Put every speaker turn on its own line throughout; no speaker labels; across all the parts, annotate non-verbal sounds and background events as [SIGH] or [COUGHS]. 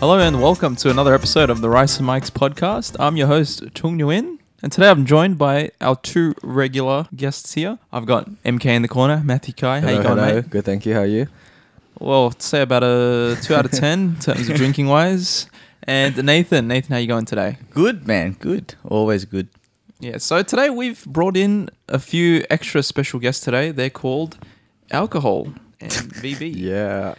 Hello and welcome to another episode of the Rice and Mike's podcast. I'm your host Chung Nguyen, and today I'm joined by our two regular guests here. I've got MK in the corner, Matthew Kai. How you going, mate?
Good, thank you. How are you?
Well, I'd say about a two out of ten in terms of drinking wise. And Nathan, Nathan, how you going today?
Good, man. Good. Always good.
Yeah. So today we've brought in a few extra special guests today. They're called alcohol and VB.
Yeah.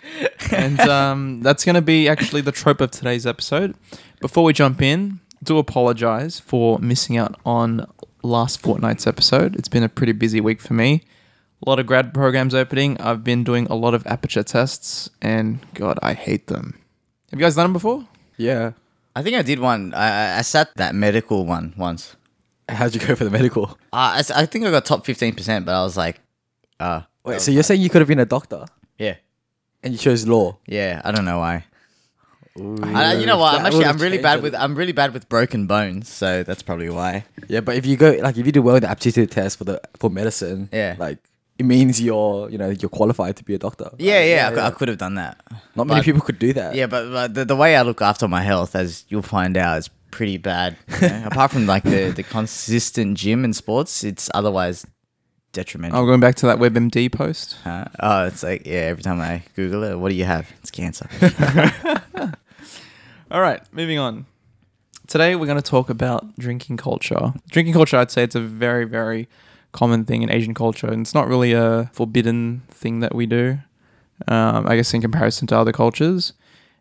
and um, that's going to be actually the trope of today's episode. Before we jump in, do apologize for missing out on last fortnight's episode. It's been a pretty busy week for me. A lot of grad programs opening. I've been doing a lot of aperture tests, and God, I hate them. Have you guys done them before?
Yeah.
I think I did one. I, I- I sat that medical one once.
How'd you go for the medical?
Uh, I, s- I think I got top 15%, but I was like, uh,
Wait, so you're saying you could have been a doctor
yeah,
and you chose law?
yeah. I don't know why. I, you know what? I'm
That
actually
would've
I'm really
changed
bad
it. Uh,
with I'm really bad with broken bones, so that's probably why.
Yeah, but if you go like if you do well in the aptitude test for the for medicine,
Yeah.
like it means you're you know you're qualified to be a doctor.
Yeah,
Like,
yeah. I, cou- I could have done that.
Not many
but-
people could do that.
Yeah, but, but the, the way I look after my health, as you'll find out, is pretty bad.
[LAUGHS]
you know? Apart from like the, the consistent gym and sports, it's otherwise detrimental.
I'm Oh, going back to that WebMD post.
Huh? Oh, it's like yeah. Every time I Google it, what do you have? It's cancer.
All right, moving on. Today we're going to talk about drinking culture. Drinking culture, I'd say it's a very, very common thing in Asian culture, and it's not really a forbidden thing that we do, um, I guess, in comparison to other cultures.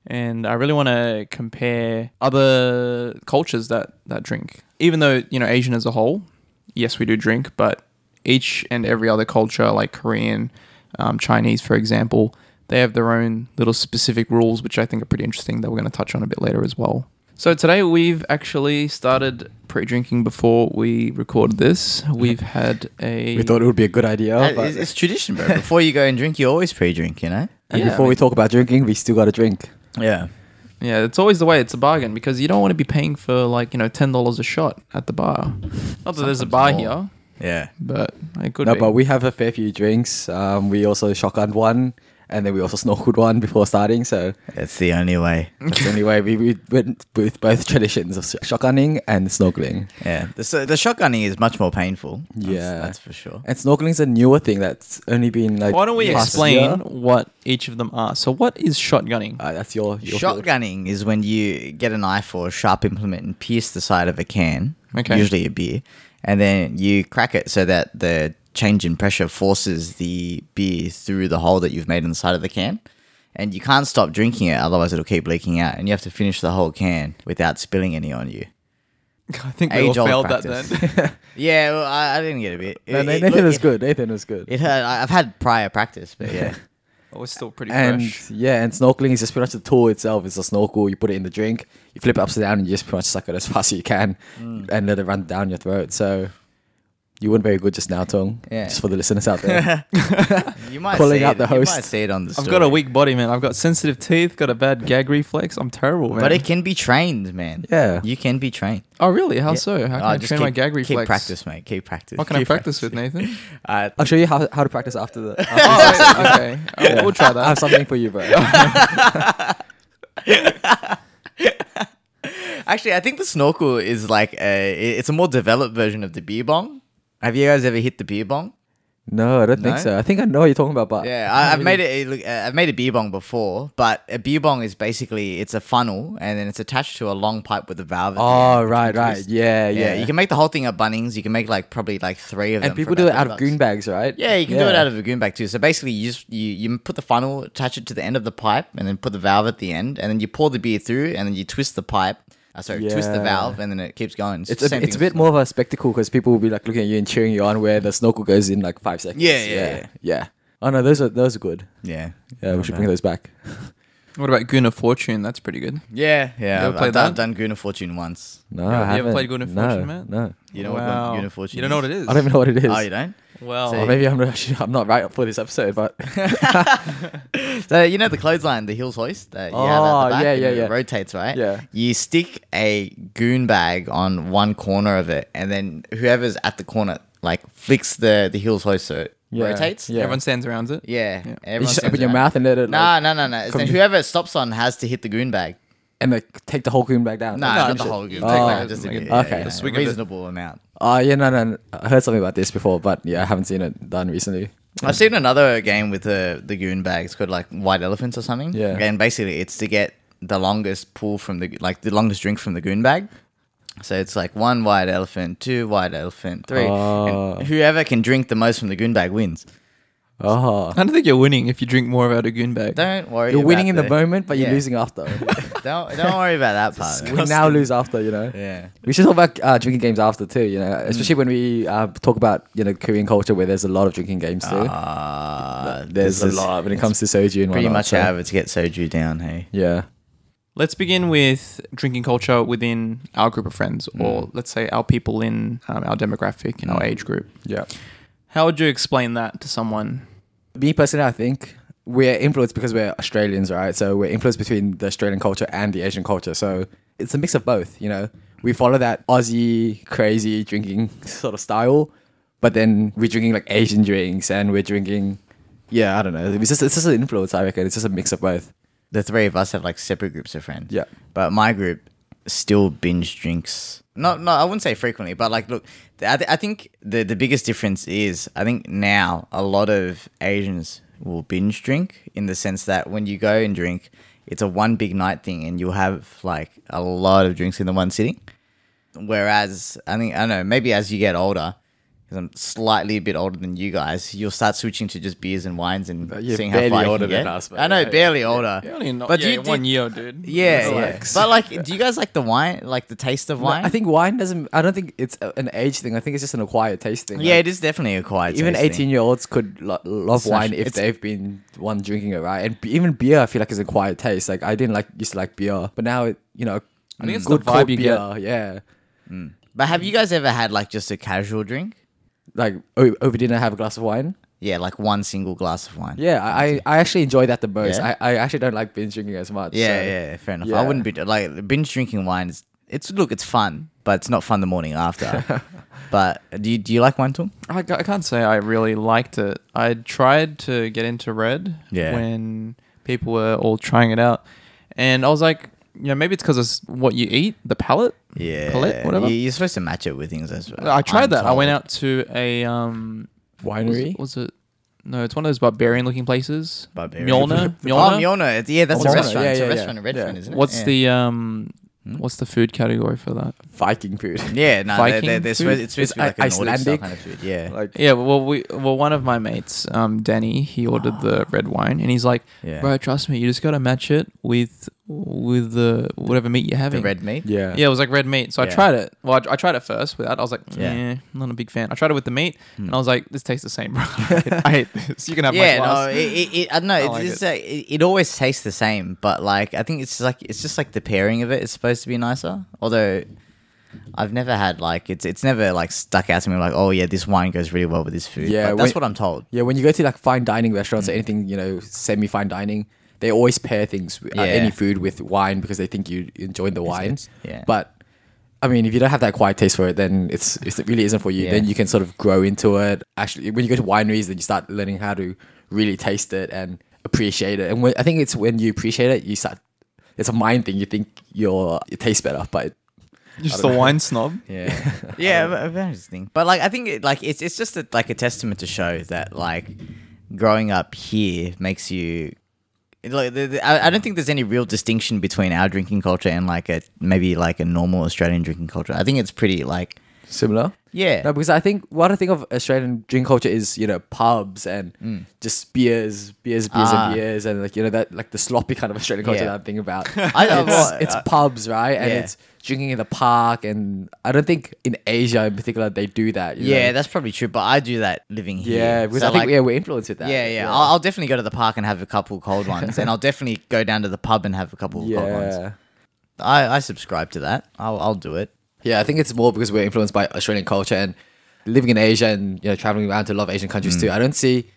And I really want to compare other cultures that, that drink. Even though, you know, Asian as a whole, yes, we do drink, but each and every other culture, like Korean, um, Chinese, for example, they have their own little specific rules, which I think are pretty interesting that we're going to touch on a bit later as well. So today we've actually started pre-drinking before we recorded this. We've had a
we thought it would be a good idea.
Uh,
but,
it's, it's tradition, bro. Before you go and drink, you always pre-drink. You know.
and
Yeah, I
before we
mean-
talk about drinking, we still got to drink.
[LAUGHS] Yeah.
yeah. It's always the way. It's a bargain because you don't want to be paying for like you know ten dollars a shot at the bar. Not that there's a
Sometimes
bar
more.
here,
Yeah.
but it could
no,
be.
but we have a fair few drinks. Um, we also shotgunned one, and then we also snorkeled one before starting. So
That's the only way.
that's the only way we, we went with both traditions of shotgunning and snorkeling.
Yeah. The, so the shotgunning is much more painful. That's-
Yeah.
that's for sure.
And snorkeling's a newer thing that's only been like.
Why don't we
last
explain
year.
what each of them are? So what is shotgunning?
Uh, that's your, your field.
Shotgunning is when you get a knife or a sharp implement and pierce the side of a can,
Okay.
usually a beer, and then you crack it so that the change in pressure forces the beer through the hole that you've made in the side of the can. And you can't stop drinking it, otherwise it'll keep leaking out, and you have to finish the whole can without spilling any on you.
[LAUGHS] I think we all
Age-old
failed
practice.
that then. [LAUGHS]
Yeah, well, I, I didn't get a bit.
No,
It-
Na-
it-
Nathan
look,
is
it-
good. Nathan is good.
It had, I- I've had prior practice, but
[LAUGHS]
yeah.
Oh, we're still pretty
and
fresh.
yeah, and snorkeling is just pretty much the tool itself. It's a snorkel. You put it in the drink, you flip it upside down, and you just pretty much suck it as [LAUGHS] fast as you can,
Mm.
and let it run down your throat. So you weren't very good just now, Tong.
Yeah.
Just for the listeners out there.
[LAUGHS]
you might
Calling
see
out
it,
the
You might
host.
see it on the
I've
story.
got a weak body, man. I've got sensitive teeth, got a bad gag reflex. I'm terrible, man.
But it can be trained, man.
Yeah.
You can be trained.
oh, really? How
Yeah.
so? How can
Oh,
I
just
train my
keep-
gag reflex?
Keep practice, mate. Keep practice.
What can I
Keep
practice with, Nathan?
[LAUGHS] Uh,
I'll show you how, how to practice after the.
[LAUGHS]
After
oh, wait, okay. Oh,
Yeah.
We'll try
I have
that.
something for
[LAUGHS]
you, bro.
actually, I think the snorkel is like a. it- It's a more developed version of the beer bong. Have you guys ever hit the beer bong?
no, I don't think
No?
so. I think I know what you're talking about, but
Yeah, I, I've made it. look, uh, I've made a beer bong before, but a beer bong is basically it's a funnel, and then it's attached to a long pipe with a valve. at the end
Oh
that you
right,
can
right,
twist.
yeah, yeah.
Yeah, you can make the whole thing at Bunnings. You can make like probably like three of them.
and
for
people do it
about
out of
30 bucks.
goon bags, right?
Yeah, you can do it out of a goon bag too. So basically, you just you, you put the funnel, attach it to the end of the pipe, and then put the valve at the end, and then you pour the beer through, and then you twist the pipe. Uh, sorry, twist the
Yeah.
valve, and then it keeps going. the
It's a,
same
it's a
thing as-
bit more of a spectacle because people will be like looking at you and cheering you on, where the snorkel goes in like five seconds.
Yeah, yeah,
yeah.
yeah.
yeah. Oh no, those are those are good.
Yeah,
Yeah, we should bring those back.
What about Goon of Fortune? That's pretty good.
yeah,
ever
yeah. I've,
played
I've done,
that?
done Goon of Fortune once.
No,
Yeah,
I
you ever
haven't.
played Good Fortune,
no,
man?
No,
You know
Wow.
what Goon of Fortune?
You don't know what it
is?
is?
I don't even know what it is.
Oh, you don't?
Well,
So-
Or maybe I'm actually, I'm not right for this episode,
[LAUGHS]
but
So you know the clothesline, the heels hoist that you have at
Oh,
the back
yeah,
and
yeah,
it
yeah.
rotates, right?
Yeah.
You stick a goon bag on one corner of it, and then whoever's at the corner like flicks the the heels hoist so it
Yeah,
rotates.
yeah.
everyone stands around it.
yeah.
You
you
Everyone
just
stands
open your
around.
mouth and let it
Nah,
like,
no, no, no. It's
come-
then whoever it stops on has to hit the goon bag.
and like take the whole goon back down.
Nah,
Like,
not
finish
the
it.
whole goon
Oh,
bag. like, just a,
like a-
yeah,
okay.
yeah,
A
swig
a
of it.
reasonable amount.
Oh yeah, no, no, no. I heard something about this before, but yeah, I haven't seen it done recently.
I've seen another game with the the goon bags called like white elephants or something.
Yeah.
And basically, it's to get the longest pull from the like the longest drink from the goon bag. So it's like one white elephant, two white elephant, three,
Oh.
and whoever can drink the most from the goon bag wins. [LAUGHS]
Oh,
I don't think you're winning if you drink more out of a goon bag.
Don't worry.
you're winning in
about
the moment, but
Yeah.
you're losing after.
[LAUGHS] Don't don't worry about that part. man.
we now lose after, you know.
Yeah. Mm.
We should talk about uh, drinking games after too, you know, especially when we uh, talk about you know Korean culture where there's a lot of drinking games too.
Uh,
there's,
this
a
is
lot when it comes to soju and
Pretty
whatnot,
much
so-
however to get soju down. Hey.
Yeah.
Let's begin with drinking culture within our group of friends, or let's say our people in um, our demographic, in our age group.
Yeah.
How would you explain that to someone?
Me personally, I think we're influenced because we're Australians, right? So we're influenced between the Australian culture and the Asian culture. So it's a mix of both, you know. We follow that Aussie crazy drinking [LAUGHS] sort of style, but then we're drinking like Asian drinks and we're drinking, yeah, I don't know. It's just it's just an influence, I reckon. It's just a mix of both.
the three of us have like separate groups of friends.
Yeah.
But my group still binge drinks. Not, no, I wouldn't say frequently, but like, look, th- I, th- I think the, the biggest difference is I think now a lot of Asians will binge drink in the sense that when you go and drink, it's a one big night thing and you'll have like a lot of drinks in the one sitting. Whereas I think I don't know maybe as you get older, because I'm slightly a bit older than you guys, you'll start switching to just beers and wines and
But you're
seeing how
barely
far you
older
can
than
get.
us, but
I know
yeah,
barely older,
but
you
you
did-
one year, dude.
Yeah, yeah.
Relax.
but like, do you guys like the wine, like the taste of wine?
I think wine doesn't. I don't think it's a- an age thing. I think it's just an acquired taste thing.
yeah,
Like,
it is definitely a quiet.
even
taste thing.
eighteen year olds could lo- love
not
wine
sh-
if
it's-
they've been one drinking it right, and b- even beer I feel like is a quiet taste. Like I didn't like used to like beer, but now it, you know, I
think it's the vibe you get.
Yeah,
But have you guys ever had like just a casual drink?
like o- over dinner have a glass of wine.
Yeah, like one single glass of wine.
Yeah, I I, I actually enjoy that the most.
Yeah?
I, I actually don't like binge drinking as much.
yeah,
so-
yeah. Fair enough. I
yeah.
wouldn't be like binge drinking wine. Is, it's look, it's fun, but it's not fun the
[LAUGHS]
morning after. but do you, do you like wine, Tom?
I, ca- I can't say I really liked it. I tried to get into red
Yeah.
when people were all trying it out, and I was like, you know, maybe it's because it's what you eat, the palate,
Yeah,
palate, whatever.
You, are supposed to match it with things as well.
I tried
I'm
that. I
told.
went out to a um, was,
winery.
it- was it? No, it's one of those barbarian-looking places.
Barbarian.
Mjolnir.
[LAUGHS] Oh,
Mjolnir.
Mjolnir. It's- Yeah, that's
Mjolnir,
a restaurant.
yeah,
it's a
yeah, yeah.
restaurant in Redfern,
Yeah.
isn't it?
What's
Yeah. Hmm?
the um? What's the food category for that?
Viking food. [LAUGHS]
Yeah, no, they're,
Viking
they're, they're
food?
supposed, it's supposed
It's
to be like a Nordic style
Icelandic.
kind of food. Yeah.
like
Yeah, well, we well one of my mates, um, Danny, he ordered the red wine, and he's like,
Ah. Yeah.
"Bro, trust me, you just gotta match it with with the whatever meat you're
the
having."
red meat.
yeah,
Yeah, it was like red meat. So
Yeah.
I tried it. Well, I, I tried it first without. I was like,
Yeah. Hmm.
yeah, not a big fan. I tried it with the meat, and I was like, this tastes the same, bro. [LAUGHS] I hate this. You can have
Yeah,
my
no,
glass.
it, it, it, I don't know. It's
like
just, uh, it, it always tastes the same, but like I think it's like it's just like the pairing of it is supposed to be nicer. Although I've never had like it's it's never like stuck out to me like oh yeah this wine goes really well with this food.
Yeah,
but that's
when-
what I'm told.
Yeah, when you go to like fine dining restaurants
Mm.
or anything, you know, semi fine dining, they always pair things, uh,
Yeah.
any food with wine because they think you enjoy the wine.
it's- yeah.
But I mean, if you don't have that quiet taste for it, then it's, it's it really isn't for you.
Yeah.
Then you can sort of grow into it. Actually, when you go to wineries, then you start learning how to really taste it and appreciate it. And when, I think it's when you appreciate it, you start. It's a mind thing. You think your it tastes better, but
Just the wine snob.
Yeah, yeah, but- but interesting. But like, I think it, like it's it's just a, like a testament to show that like growing up here makes you. Like, the, the, I I don't think there's any real distinction between our drinking culture and like a maybe like a normal Australian drinking culture. I think it's pretty like
[LAUGHS] similar.
yeah,
No, because I think what I think of Australian drink culture is you know pubs and just beers, beers, beers,
Mm. Ah.
and beers, and like you know that like the sloppy kind of Australian culture
Yeah.
that I'm thinking about.
[LAUGHS] I-
it's,
well,
it's
I-
pubs, right? And
yeah.
it's drinking in the park, and I don't think in Asia in particular they do that. you know?
yeah, that's probably true. But I do that living here.
yeah, because
So,
I think
like,
yeah we're influenced with that.
yeah, yeah. I'll, I'll definitely go to the park and have a couple cold
[LAUGHS]
ones, and I'll definitely go down to the pub and have a couple cold ones.
yeah.
I, I subscribe to that. I'll, I'll do it.
Yeah, I think it's more because we're influenced by Australian culture and living in Asia and you know traveling around to a lot of Asian countries
Mm.
too. I don't see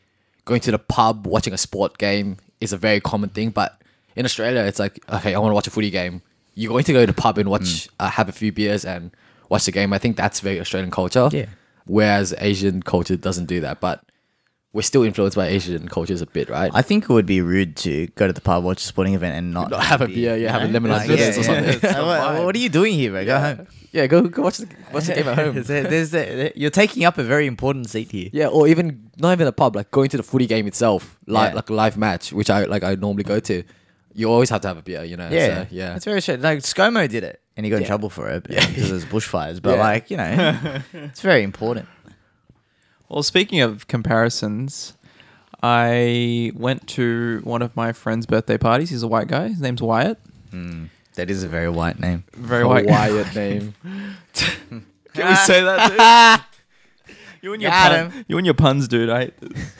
going to the pub watching a sport game is a very common thing, but in Australia it's like okay, I want to watch a footy game. You're going to go to the pub and watch,
Mm.
uh, have a few beers and watch the game. I think that's very Australian culture.
Yeah.
Whereas Asian culture doesn't do that, but we're still influenced by Asian cultures a bit, right?
I think it would be rude to go to the pub, watch a sporting event, and not,
Not have a beer, yeah, have a lemonade
Like,
business or something.
[LAUGHS] Like, what, what are you doing here, bro? Go home.
Yeah, go go watch the watch the game
[LAUGHS]
at home.
There's a- there's a- you're taking up a very important seat here.
Yeah, or even not even a pub, like going to the footy game itself, like
Yeah.
like a live match, which I like I normally go to. You always have to have a beer, you know. so, uh, yeah.
It's very strange. Like ScoMo did it, and he got in trouble for it because there's bushfires. But
Yeah.
like
[LAUGHS]
you know, it's very important.
Well, speaking of comparisons, I went to one of my friend's birthday parties. He's a white guy. His name's Wyatt.
That is a very
[LAUGHS]
white name.
Very
A
white. guy.
Wyatt name.
Can we say that? Dude? [LAUGHS] you and your
Got
pun- you and your puns, dude. I hate this.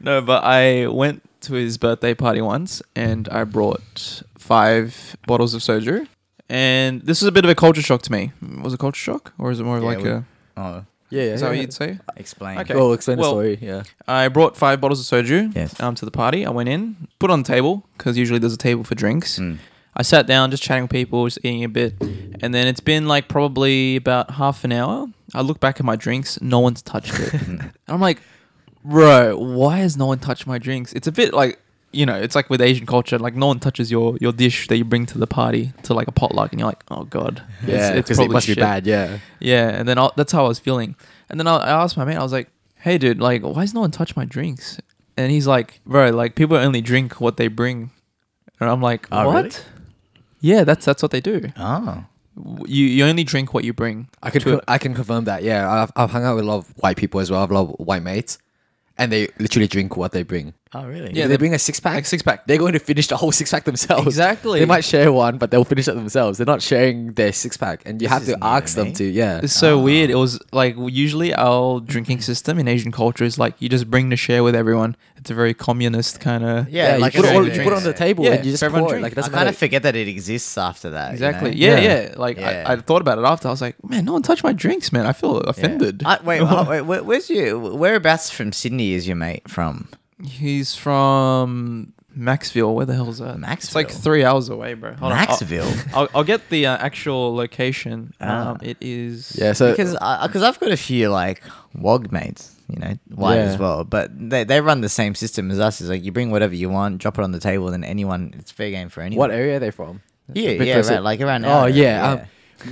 no, but I went to his birthday party once, and I brought five bottles of soju. And this was a bit of a culture shock to me. Was it culture shock, or is it more of
Yeah,
like
we-
a?
Oh,
Yeah, yeah.
Is that what
yeah.
you'd say?
explain.
Okay.
Well, explain
Well-
the story. Yeah.
I brought five bottles of soju
Yes.
um, to the party. I went in, put on the table because usually there's a table for drinks.
Hmm.
I sat down, just chatting with people, just eating a bit, and then it's been like probably about half an hour. I look back at my drinks, no one's touched
[LAUGHS]
it. and I'm like, bro, why has no one touched my drinks? It's a bit like you know, it's like with Asian culture, like no one touches your your dish that you bring to the party to like a potluck, and you're like, oh god,
Yeah, because it
probably
must
shit."
be bad, yeah.
Yeah, and then i that's how I was feeling. And then I, I asked my mate, I was like, "Hey, dude, like, why is no one touch my drinks?" And he's like, "Bro, like, people only drink what they bring." And I'm like,
Oh,
"What?"
really?
Yeah, that's that's what they do.
Oh,
You you only drink what you bring.
I can
to
co- I can confirm that. Yeah, I've, I've hung out with a lot of white people as well. I've a lot of white mates, and they literally drink what they bring.
oh, really?
Yeah, they-
Yeah, they bring a six pack.
like six pack.
They're going to finish the whole six pack themselves.
Exactly.
They might share one, but they'll finish it themselves. They're not sharing their six pack, and you
This
have
is
to
new
ask
to
them
me.
to. Yeah.
It's
Ah.
so weird. It was like usually our drinking system in Asian culture is like you just bring to share with everyone. It's a very communist kind of
Yeah,
you
like
put,
a
it all,
sharing
you put it on
drinks.
the table
Yeah,
and you just
everyone
pour it.
drink.
Like it
I
doesn't
kind
matter.
of forget that it exists after that. you
Exactly.
know?
Yeah, yeah.
Yeah.
Like
Yeah.
I, I thought about it after. I was like, man, no one touched my drinks, man. I feel offended.
I,
[LAUGHS]
wait, wait, wait, where- where's your whereabouts from Sydney is your mate from?
He's from Maxville. Where the hell's that? It's like
Maxville?
three hours away, bro. Hold on, oh. I'll-
Maxville? Ah.
I'll, I'll, get the uh, actual location. Um, it is.
Yeah. [LAUGHS] So
because because I've got a few like wog mates, you know, white
Yeah.
as well. But they, they run the same system as us. It's like you bring whatever you want, drop it on the table, then anyone it's fair game for anyone.
what area are they from?
Yeah,
Bit
yeah,
closer.
right, like around
Oh
our area,
yeah. Um,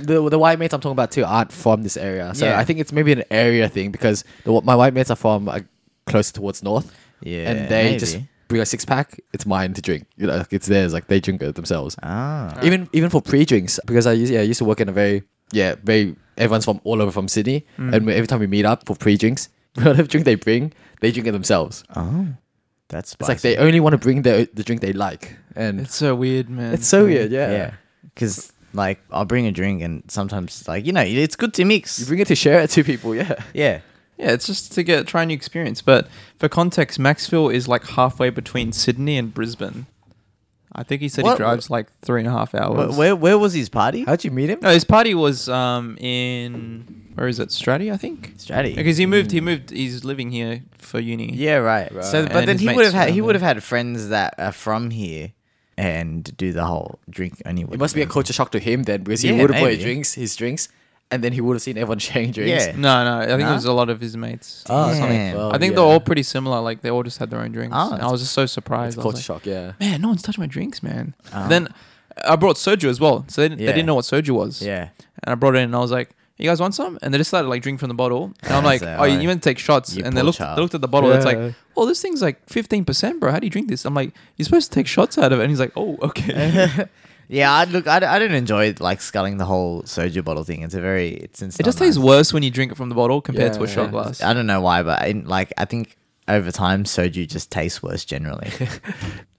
the the white mates I'm talking about too aren't from this area, so
Yeah.
I think it's maybe an area thing because the, my white mates are from uh, closer towards north.
Yeah,
And they just
maybe.
bring a six pack. It's mine to drink. You know, it's theirs. Like they drink it themselves.
Ah,
even even for pre-drinks because I used yeah I used to work in a very yeah very everyone's from all over from Sydney
Mm.
and we- every time we meet up for pre-drinks [LAUGHS] whatever drink they bring they drink it themselves
oh, that's
it's
spicy.
like they only want to bring the the drink they like and
It's
it's,
so weird, man.
so weird yeah.
yeah, because like I'll bring a drink and sometimes like you know it's good to mix.
you bring it to share it to people yeah
yeah,
Yeah, it's just to get try a new experience. But for context, Maxville is like halfway between Sydney and Brisbane. I think he said
What-
he drives like three and a half
Oh,
Wh-
hours.
where where was his party?
how'd you meet him
No, his party was um in where is it? Stratty, I think.
Stratty.
Because he moved. He moved. He's living here for uni.
Yeah, right. So,
Right.
but
And
then
his
he
mates
would have had
around
he would
him.
have had friends that are from here and do the whole drink anyway.
it must be a culture shock to him then because he
Yeah,
would have bought
maybe.
drinks his drinks and then he would have seen everyone [LAUGHS] sharing drinks
Yeah.
No, no. I think
Nah?
it was a lot of his mates.
oh, okay.
Damn.
Well,
I think
yeah.
they're all pretty similar. Like they all just had their own drinks.
Ah,
and I
that's-
was just so
it's Ah.
surprised. I was
culture
like,
shock yeah
Man, no one's touched my drinks, man. Then I brought soju as well, so they didn't,
Yeah.
they didn't know what soju was.
Yeah.
And I brought it in, and I was like, "You guys want some?" And they just started like drinking from the bottle. And I'm
[LAUGHS]
Yeah,
like,
so,
"Oh, you
like,
meant to take shots?"
you
And they
poor
looked,
child.
they looked at the bottle. It's
Yeah.
like, "Oh, this thing's like 15 percent, bro. How do you drink this?" I'm like, "You're supposed to take shots out of it." And he's like, "Oh, okay."
[LAUGHS]
Yeah, I look. I, I don't enjoy like sculling the whole soju bottle thing. It's a very it's
it
instant.
just tastes worse when you drink it from the bottle compared to a
Yeah.
shot glass.
I don't know why, but I, like I think over time soju just tastes
[LAUGHS]
worse generally.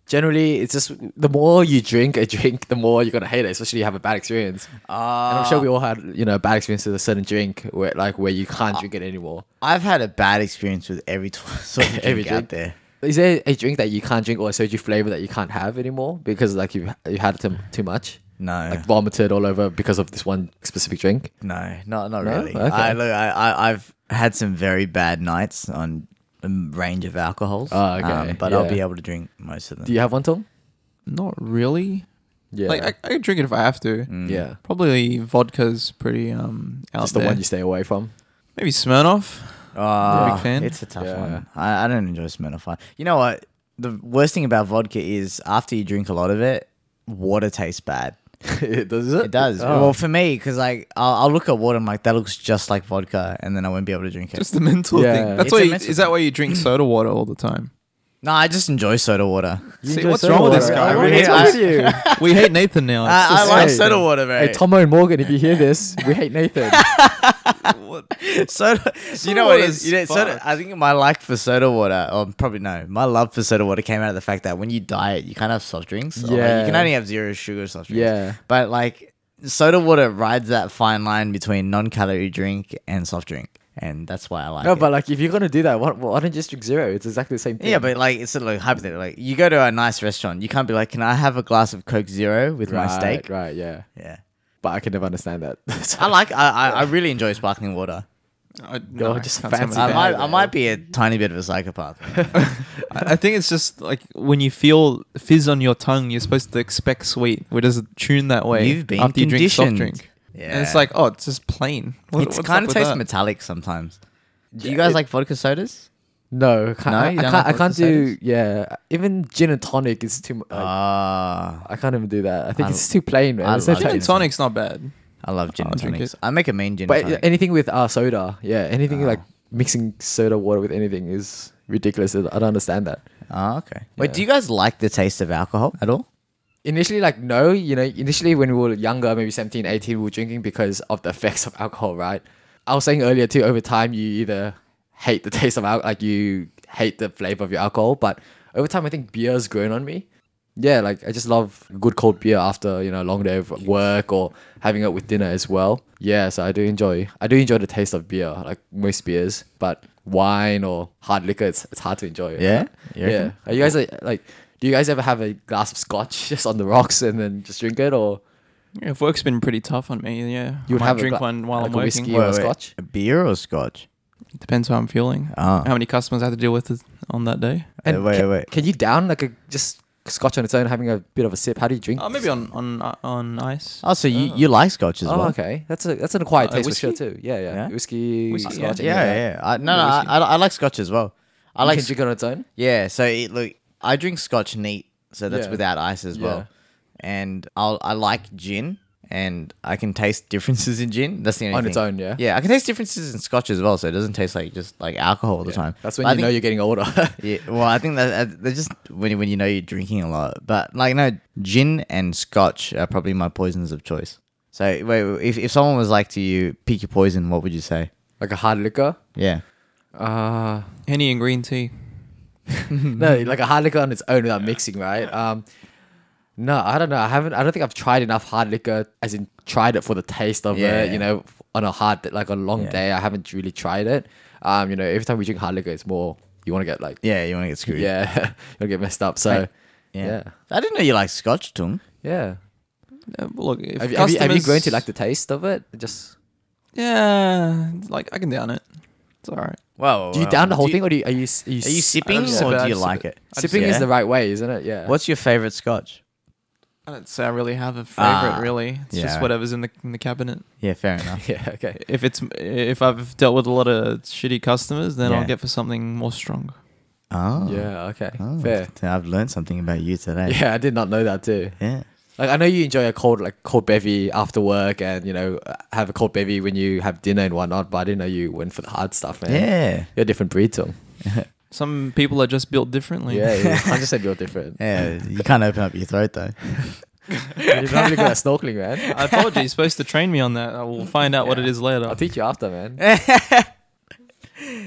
generally it's just the more you drink a drink, the more you're gonna hate it, especially if you have a bad experience. and I'm sure we all had, you know, bad experience with a certain drink where like where you can't drink it anymore.
I've had a bad experience with every t- [LAUGHS] sort of
[LAUGHS]
drink
Every
out
drink.
there.
Is there a drink that you can't drink or a soju flavor that you can't have anymore because like you you had it too, too much?
No.
like vomited all over because of this one specific drink?
No, not not
No?
really.
Okay.
I look, I, I I've had some very bad nights on a range of alcohols. um,
Oh, okay.
but I'll
Yeah.
be able to drink most of them.
Do you have one, Tom?
Not really.
Yeah, Mm.
Like I, I could drink it if I have to.
yeah.
Probably vodka's pretty um out
Just the
there.
one you stay away from.
Maybe Smirnoff.
Ah,
Big fan?
It's a tough
Yeah.
one. I, I don't enjoy Smirnoff. You know what? The worst thing about vodka is after you drink a lot of it, water tastes bad.
[LAUGHS] it does it.
It does.
Oh.
Well, for me, because like I'll, I'll look at water, I'm like that looks just like vodka, and then I won't be able to drink it.
Just the mental
Yeah.
thing. That's
It's
why.
a
You,
mental
is that why you drink soda water all the time?
no, I just enjoy soda
[LAUGHS]
water.
You
See,
enjoy
what's
soda
wrong with
water.
this guy?
I
What's
really-
wrong with
you?
We hate Nathan now. It's
I, I
just-
like
Hey.
soda water,
hey,
mate.
Tomo and Morgan, if you hear this, we hate Nathan.
[LAUGHS] soda, you know what it is? You know, soda, I think my like for soda water, or probably no, my love for soda water came out of the fact that when you diet, you can't have soft drinks. or, like,
Yeah.
you can only have zero sugar soft drinks.
Yeah.
But like soda water rides that fine line between non-calorie drink and soft drink, and that's why I like
No,
it.
but like if you're gonna do that, why, why don't you just drink zero? It's exactly the same thing.
yeah, but like it's sort of like hypothetical. Like you go to a nice restaurant, you can't be like, "Can I have a glass of Coke Zero with
right,
my steak?"
Right, yeah.
Yeah, [LAUGHS]
But I can never understand that. [LAUGHS]
I like. I, I I really enjoy sparkling water.
I,
Yo,
I
just
can't stand
fancy
my
Yeah,
I
dad.
might
yeah.
I might be a tiny bit of a psychopath.
I I think it's just like when you feel fizz on your tongue, you're supposed to expect sweet. We're just tuned that way.
You've been
after you drink soft
conditioned.
drink,
Yeah,
and it's like, oh, it's just plain. What,
It's
what's up
kind of
with
tastes
that?
metallic sometimes. Do you
Yeah,
guys
it-
like vodka sodas?
no, can't,
No,
I, I
you don't
can't.
like
I can't
vodka
do.
sodas?
Yeah, even gin and tonic is too. mu- Like,
Ah,
I can't even do that. I think
I
it's too plain, man.
I
There's no
love
Gin
taste.
and tonic's not bad.
I love gin
I'll
and
drink
tonics.
it.
I make a mean gin
But
and tonic.
anything with uh, soda, yeah, anything
Ah.
like mixing soda water with anything is ridiculous. I don't understand that.
Ah, okay. Wait,
Yeah.
do you guys like the taste of alcohol at all?
initially like no you know initially when we were younger maybe 17 18 we were drinking because of the effects of alcohol right i was saying earlier too over time you either hate the [LAUGHS] taste of alcohol like you hate the flavor of your alcohol but over time i think beer's grown on me yeah like i just love good cold beer after you know a long day of work or having it with dinner as well yeah so i do enjoy i do enjoy the taste of beer like most beers but wine or hard liquor it's, it's hard to enjoy you know?
Yeah? You
yeah
reckon?
are you guys like, like, do you guys ever have a glass of scotch [LAUGHS] just on the rocks and then just drink it, or
Yeah, if work's been pretty tough on me, yeah.
You would
I might
have a
drink
gla-
one while
like
I'm
a
working.
whiskey or a scotch?
A beer or scotch?
Depends how I'm feeling.
Ah.
How many customers I have to deal with on that day.
Uh, wait,
can,
wait.
Can you down like a just scotch on its own, having a bit of a sip? How do you drink?
[LAUGHS] Oh, maybe on on uh, on ice.
Oh, so you, you like scotch as
Oh,
well?
okay. That's a that's an acquired
Uh,
taste for sure
whiskey?
too. Yeah, yeah.
Yeah?
Whiskey,
Whiskey, yeah.
scotch.
Yeah, yeah. I, no, no, I,
Whiskey.
I, I like scotch as well. I
I like
like
can drink it on its own.
Yeah, so it, look, I drink scotch neat, so that's
Yeah.
without ice as well.
Yeah.
And I'll I like gin, and I can taste differences in gin. That's the only
On its
thing.
own, yeah?
Yeah, I can taste differences in scotch as well, so it doesn't taste like just like alcohol all the time.
That's when
But I
you know
think-
you're getting older. [LAUGHS]
yeah, well, I think that uh, they're just when you- when you know you're drinking a lot, but like no, gin and scotch are probably my poisons of choice. So wait, wait, if if someone was like to you, pick your poison, what would you say?
like a hard liquor.
Yeah,
Uh
Henny and green tea.
no, like a hard liquor on its own without mixing, right? Um, no, I don't know. I haven't. I don't think I've tried enough hard liquor, as in tried it for the taste of
Yeah.
it. You know, on a hard, like on a long
Yeah.
day, I haven't really tried it. Um, you know, every time we drink hard liquor, it's more you want to get like,
yeah, you want to get screwed.
yeah, [LAUGHS] you want to get messed up. So,
Right.
yeah,
I didn't know you like scotch, Tung.
yeah.
Yeah, Uh, but look, if
Have, you- have you,
customers,
have you grown to like the taste of it? Just
Yeah, like I can down it. It's all right.
Oh, Wow,
do you down the whole thing, or do you, are you s- are you,
Are you
s-
sipping
just sip
or
it, I
do you
just sip
like
it.
it?
I
Sipping
Yeah.
is the right way, isn't it? Yeah.
What's your favorite scotch?
I don't say I really have a favorite.
Ah,
really, it's
yeah.
just whatever's in the in the cabinet.
Yeah, fair
[LAUGHS] [LAUGHS]
enough.
Yeah. Okay.
If it's if I've dealt with a lot of shitty customers, then
Yeah.
I'll get for something more strong.
Oh,
Yeah. Okay.
Oh,
Fair.
th- I've learned something about you today.
Yeah, I did not know that too.
Yeah.
Like I know you enjoy a cold like cold bevy after work, and you know have a cold bevy when you have dinner and whatnot. But I didn't know you went for the hard stuff, man.
Yeah.
you're a different breed,
[LAUGHS]
Tom.
Some people are just built differently.
Yeah, yeah. I just said you're different.
Yeah, you can't open up your throat though.
[LAUGHS] You're not really good at snorkeling, man.
[LAUGHS] I told you, you're supposed to train me on that. I will find out what it is later.
I'll teach you after, man.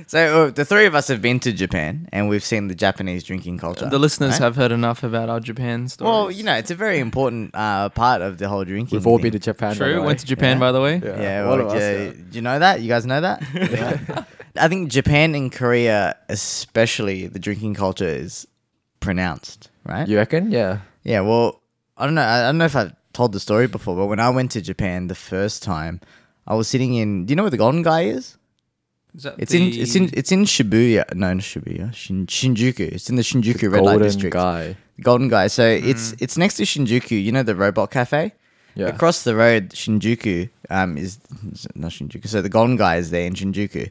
So uh, the three of us have been to Japan and we've seen the Japanese drinking culture.
The listeners
right?
have heard enough about our Japan stories.
Well, you know, it's a very important uh, part of the whole drinking.
We've all
thing.
been to Japan. by the
true.
way.
Went to Japan,
Yeah.
by the way.
[LAUGHS] Yeah,
Yeah,
all
well,
of us,
yeah,
yeah.
do you know that? You guys
[LAUGHS]
know that? I think Japan and Korea, especially the drinking culture, is pronounced, right?
You reckon? Yeah.
Yeah, well, I don't know. I I don't know if I've told the story before, but when I went to Japan the first time, I was sitting in. Do you know where the Golden Guy is?
Is that
It's
the-
in. It's in. It's in Shibuya. No, not Shibuya. Shin, Shinjuku. It's in the Shinjuku Red Light District.
guy.
Golden Guy. So it's it's next to Shinjuku. You know the robot cafe.
Yeah.
Across the road, Shinjuku um, is is it not Shinjuku. So the Golden Guy is there in Shinjuku.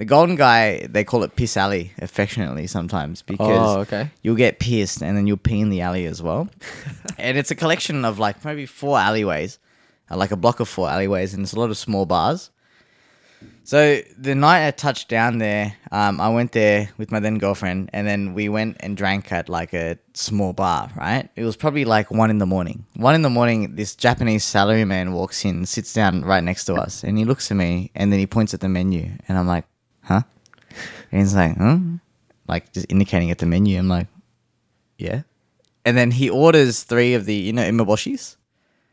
The Golden Guy, they call it Piss Alley affectionately sometimes because
Oh, okay.
you'll get pierced and then you'll pee in the alley as well. and it's a collection of like maybe four alleyways, uh, like a block of four alleyways, and it's a lot of small bars. So the night I touched down there, um, I went there with my then girlfriend, and then we went and drank at like a small bar. Right? It was probably like one in the morning. One in the morning, this Japanese salaryman walks in, sits down right next to us, and he looks at me, and then he points at the menu, and I'm like, "Huh?" And he's like, "Hmm," like just indicating at the menu. I'm like, "Yeah." And then he orders three of the you know imeboshis,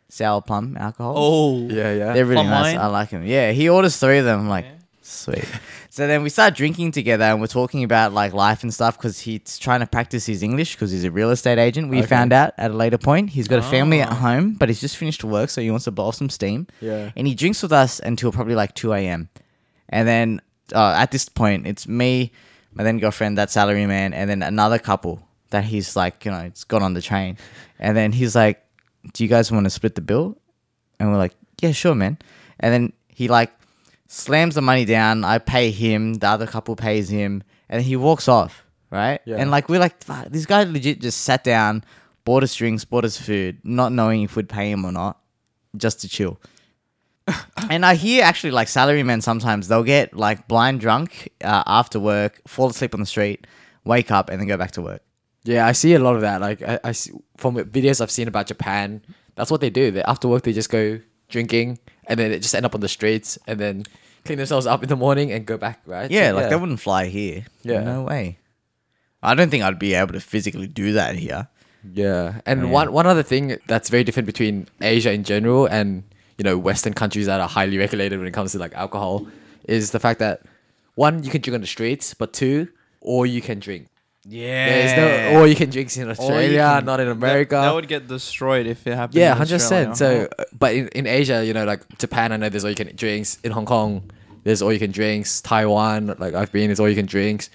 sour plum alcohol.
Oh.
Yeah, yeah.
They're really nice.
Online?
I like them. Yeah, he orders three of them. I'm like, sweet. so then we start drinking together and we're talking about like life and stuff because he's trying to practice his English because he's a real estate agent. We
Okay.
found out at a later point he's got a family at
Oh.
home, but he's just finished work, so he wants to blow off some steam.
Yeah.
And he drinks with us until probably like 2 a.m. And then uh, at this point, it's me, my then girlfriend, that salary man, and then another couple that he's like, you know, it's got on the train. And then he's like, Do you guys want to split the bill? And we're like, Yeah, sure, man. And then he like slams the money down. I pay him. The other couple pays him. And he walks off, right?
Yeah.
And like, we're like, Fuck, this guy legit just sat down, bought us drinks, bought us food, not knowing if we'd pay him or not, just
[LAUGHS]
to chill and I hear actually like salarymen sometimes they'll get like blind drunk uh, after work, fall asleep on the street, wake up, and then go back to work.
Yeah, I see a lot of that. Like I, I see, from videos I've seen about Japan, that's what they do. They after work they just go drinking and then they just end up on the streets and then clean themselves up in the morning and go back, right?
Yeah, like
yeah.
they wouldn't fly here.
Yeah.
no way. I don't think I'd be able to physically do that here.
Yeah. And one one other thing that's very different between Asia in general and, you know, Western countries that are highly regulated when it comes to like alcohol is the fact that one, you can drink on the streets, but two, or you can drink.
Yeah,
There's no or you can drink in Australia,
can-
not in
That-
America.
That would get destroyed if it happened.
Yeah,
in
hundred
Australia.
percent. So, uh, but in, in Asia, you know, like Japan, I know there's all you can eat drinks. In Hong Kong, there's all you can drinks. Taiwan, like I've been, there's all you can drinks.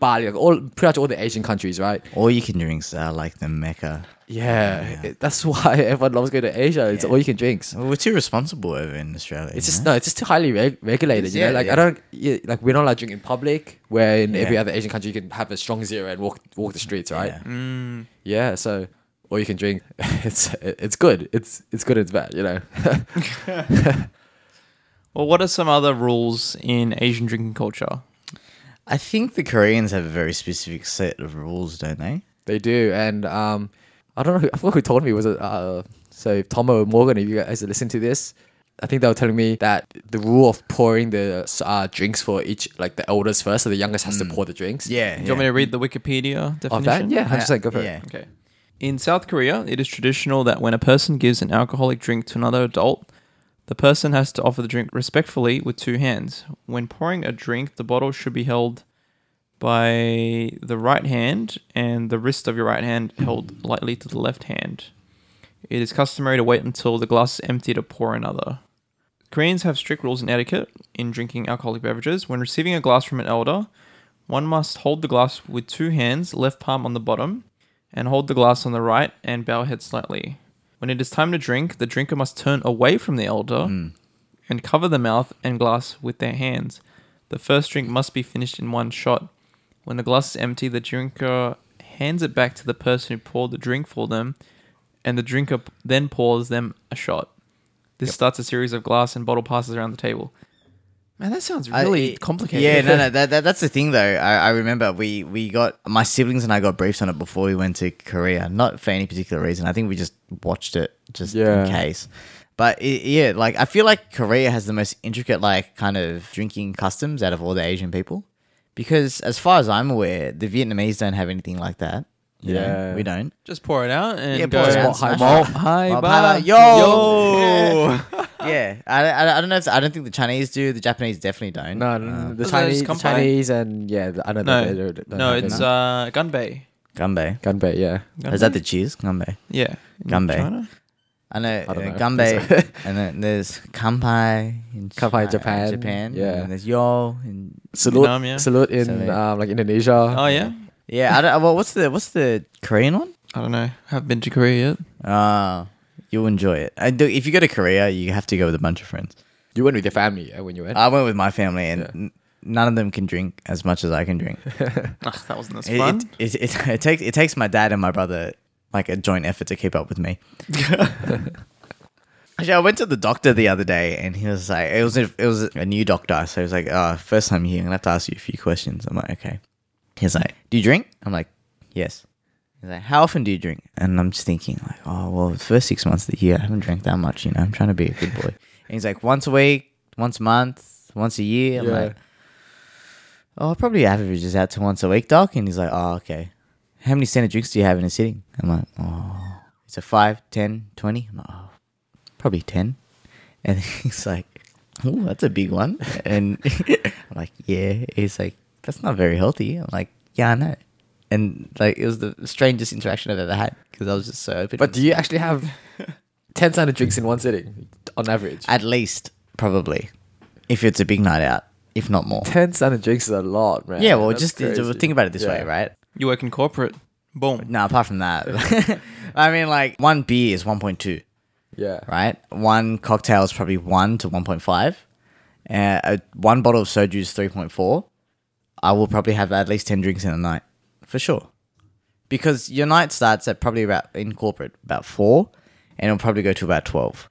Bali, like all pretty much all the Asian countries, right?
all you can drinks are like the mecca.
Yeah, it- that's [LAUGHS] why everyone loves going to Asia. It's all you can drinks.
Well, we're too responsible over in Australia.
It's just no, it's just too highly reg- regulated. You
Yeah,
know, like
yeah.
I don't yeah, like we're not allowed to drink in public. Where in every
Yeah.
other Asian country, you can have a strong zero and walk walk the streets, right? Mm.
Yeah.
Yeah, so or you can drink. [LAUGHS] It's it's good. It's it's good. It's bad. You know.
Well, what are some other rules in Asian drinking culture?
I think the Koreans have a very specific set of rules, don't they?
They do, and um, I don't know. Who, I forgot who told me was it. Uh, so Tomo and Morgan, if you guys listen to this, I think they were telling me that the rule of pouring the uh, drinks for each, like the elders first, so the youngest has to pour the drinks.
Yeah.
Do you want me to read the Wikipedia Mm. definition?
Of that, yeah, hundred percent. Go for
Yeah.
it.
Okay. In South Korea, it is traditional that when a person gives an alcoholic drink to another adult, the person has to offer the drink respectfully with two hands. When pouring a drink, the bottle should be held by the right hand and the wrist of your right hand held lightly to the left hand. It is customary to wait until the glass is empty to pour another. Koreans have strict rules and etiquette in drinking alcoholic beverages. When receiving a glass from an elder, one must hold the glass with two hands, left palm on the bottom, and hold the glass on the right and bow head slightly. When it is time to drink, the drinker must turn away from the elder
Hmm.
and cover the mouth and glass with their hands. The first drink must be finished in one shot. When the glass is empty, the drinker hands it back to the person who poured the drink for them, and the drinker p- then pours them a shot. This starts a series of glass and bottle passes around the table. Man, that sounds
I-
really
it-
complicated.
Yeah, no,
[LAUGHS]
no, that, that, that's the thing though. I, I remember we we got my siblings and I got briefs on it before we went to Korea. Not for any particular reason. I think we just watched it just
Yeah.
in case. But it, yeah, like I feel like Korea has the most intricate like kind of drinking customs out of all the Asian people, because as far as I'm aware, the Vietnamese don't have anything like that. You know,
Yeah.
we don't.
Just pour it out and
Yeah,
go.
pour it out,
Malt
smash
high
it.
malt high
Malt high
bar.
bar.
[LAUGHS]
Yo! Yeah, I, I, I don't know if I don't think the Chinese do. The Japanese definitely don't.
No,
Uh,
no, no,
Doesn't
the
that
Chinese,
just Uh,
the
come by?
Chinese, and yeah, the- I don't know.
No,
they don't- don't
no,
have
it's
any.
uh, Gunbei.
Ganbei.
gunbait. Yeah,
Is that the cheese? Ganbei.
yeah in
Gunbei.
China?
I know,
I don't
uh,
know.
Ganbei,
That's-
[LAUGHS] and then there's Kanpai
[LAUGHS]
in
Kanpai,
Chi- uh,
Japan.
Japan,
Yeah.
And then there's Yo, and
Salute,
Vietnam, yeah.
salute in
Salute.
Um, like Indonesia.
Oh yeah,
yeah, I don't. uh, Well, what's the what's the Korean one?
I don't know. Haven't been to Korea yet.
Uh you'll enjoy it. I do, if you go to Korea, you have to go with a bunch of friends.
You went with your family yeah, when you
Uh,
went.
I went with my family, and
Yeah.
n- none of them can drink as much as I can drink.
Ugh, that wasn't as
It,
fun.
It, it, it, [LAUGHS] it takes it takes my dad and my brother like a joint effort to keep up with me. Actually, I went to the doctor the other day, and he was like, "It was a, it was a new doctor, so he was like, oh, first time here, I'm gonna have to ask you a few questions." I'm like, "Okay." He's like, "Do you drink?" I'm like, "Yes." He's like, "How often do you drink?" And I'm just thinking, like, "Oh, well, the first six months of the year, I haven't drank that much. You know, I'm trying to be a good boy." and he's like, "Once a week, once a month, once a year." I'm
Yeah.
like, Oh, I'll probably average this out to once a week, Doc. And he's like, oh, okay. How many standard drinks do you have in a sitting? I'm like, oh, it's a 5, 10, 20. I'm like, oh, probably 10. And [LAUGHS] he's like, oh, that's a big one. And [LAUGHS] I'm like, yeah. He's like, that's not very healthy. I'm like, yeah, I know. And like, it was the strangest interaction I've ever had because I was just so open.
but do you
[LAUGHS]
actually have ten standard drinks in one sitting on average?
At least, probably, if it's a big night out, if not
[LAUGHS]
more.
ten standard drinks is a lot, man.
Yeah, well,
That's
just
crazy.
think about it this way,
Yeah.
right?
You work in corporate. Boom.
No, apart from that, [LAUGHS] I mean, like one beer is one point two,
Yeah.
right? One cocktail is probably one to one point five. Uh, a- one bottle of soju is three point four. I will probably have at least ten drinks in a night, for sure, because your night starts at probably about in corporate about four, and it'll probably go to about twelve.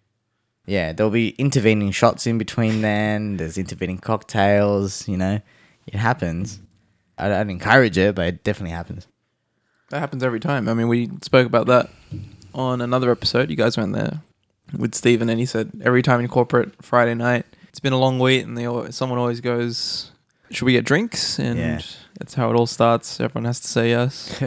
Yeah, there'll be intervening shots in between. Then there's intervening cocktails. You know, it happens. I don't encourage it, but it definitely happens.
That happens every time. I mean, we spoke about that on another episode. You guys went there with Steven, and he said every time in corporate Friday night, it's been a long week, and they al someone always goes, "Should we get drinks?" And
Yeah.
that's how it all starts. Everyone has to say yes.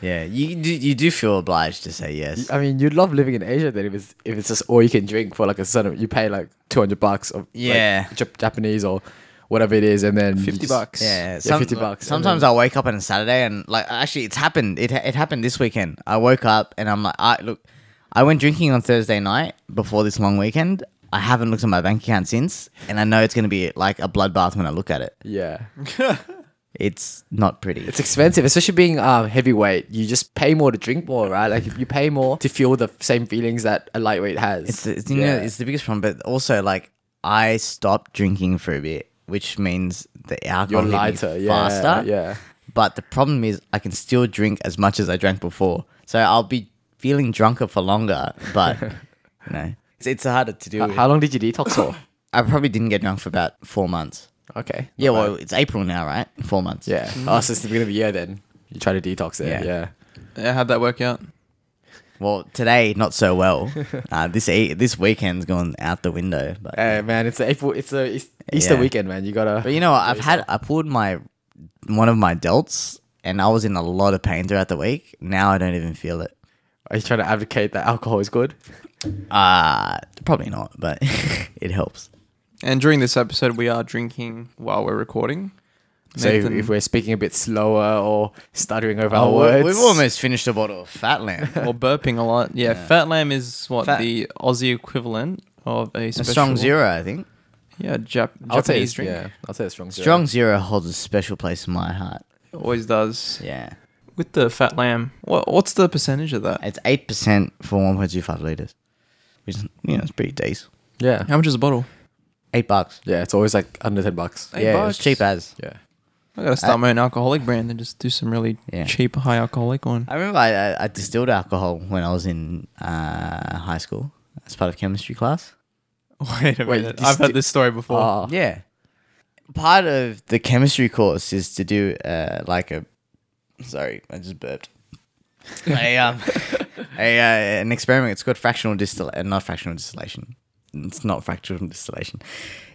Yeah, you do, you do feel obliged to say yes.
I mean, you'd love living in Asia then if it's if it's just all you can drink for like a certain. You pay like two hundred bucks of like,
Yeah.
Jap- Japanese or whatever it is, and then you
50
just-
bucks.
Yeah,
Yeah, 50 bucks, and
Sometimes
then-
I wake up on a Saturday and like actually it's happened. It it happened this weekend. I woke up and I'm like, I look, I went drinking on Thursday night before this long weekend. I haven't looked at my bank account since, and I know it's going to be like a bloodbath when I look at it.
Yeah,
It's not pretty.
it's expensive, especially being um heavyweight. You just pay more to drink more, right? Like if you pay more to feel the same feelings that a lightweight has.
It's, it's you
Yeah.
know it's the biggest problem, but also like I stopped drinking for a bit, which means the
you're
alcohol hit me
lighter, yeah,
Oh, faster.
yeah.
But the problem is, I can still drink as much as I drank before. So I'll be feeling drunker for longer,
[LAUGHS]
but you know, it's, it's harder to do.
How,
with.
how long did you detox for? [COUGHS]
I probably didn't get drunk for about four months.
Okay.
Yeah, well, it's April now, right? Four months.
Yeah. Oh, since the beginning of the year, then you try to detox it.
Yeah.
Yeah.
yeah, Uh, how'd that work out?
Well, today not
[LAUGHS]
so well. uh, this e- this weekend's gone out the window. But
Hey Eh, man, it's a April. It's a Eas- Easter
Yeah.
weekend, man. You gotta.
But you know, what? I've had I pulled my one of my delts, and I was in a lot of pain throughout the week. Now I don't even feel it.
Are you trying to advocate that alcohol is good?
Uh probably not, but [LAUGHS] it helps.
And during this episode, we are drinking while we're recording.
So if,
Nathan-
if we're speaking a bit slower or stuttering over our
Oh, we-
words,
We've almost finished a bottle of Fatland.
[LAUGHS] or burping [LAUGHS] a lot. Yeah, Fat Lamb is what
Fat-
the Aussie equivalent of a,
a
special,
strong zero, I think.
Yeah, Jap-
I'll say
Japanese
it's,
drink
Yeah, I'll say it's strong. zero.
Strong zero holds a special place in my heart.
always does.
Yeah,
With the Fat Lamb, what what's the percentage of that?
it's eight percent for one point two five liters, which is, you know it's pretty decent.
Yeah.
How much is a bottle?
Eight bucks.
Yeah, it's always like under ten bucks.
Eight
yeah,
bucks.
it was cheap as.
Yeah.
I gotta start my own alcoholic brand and just do some really
Yeah.
cheap high alcoholic
[LAUGHS]
one.
I remember I, I, I distilled alcohol when I was in uh, high school as part of chemistry class.
Wait a
Wait,
minute,
you
I've
sti-
heard this story before.
Oh.
Yeah. Part of the chemistry course is to do uh, like a. Sorry, I just burped. a, um, a, uh, an experiment. It's called fractional distillation. Uh, not fractional distillation. It's not fractional distillation.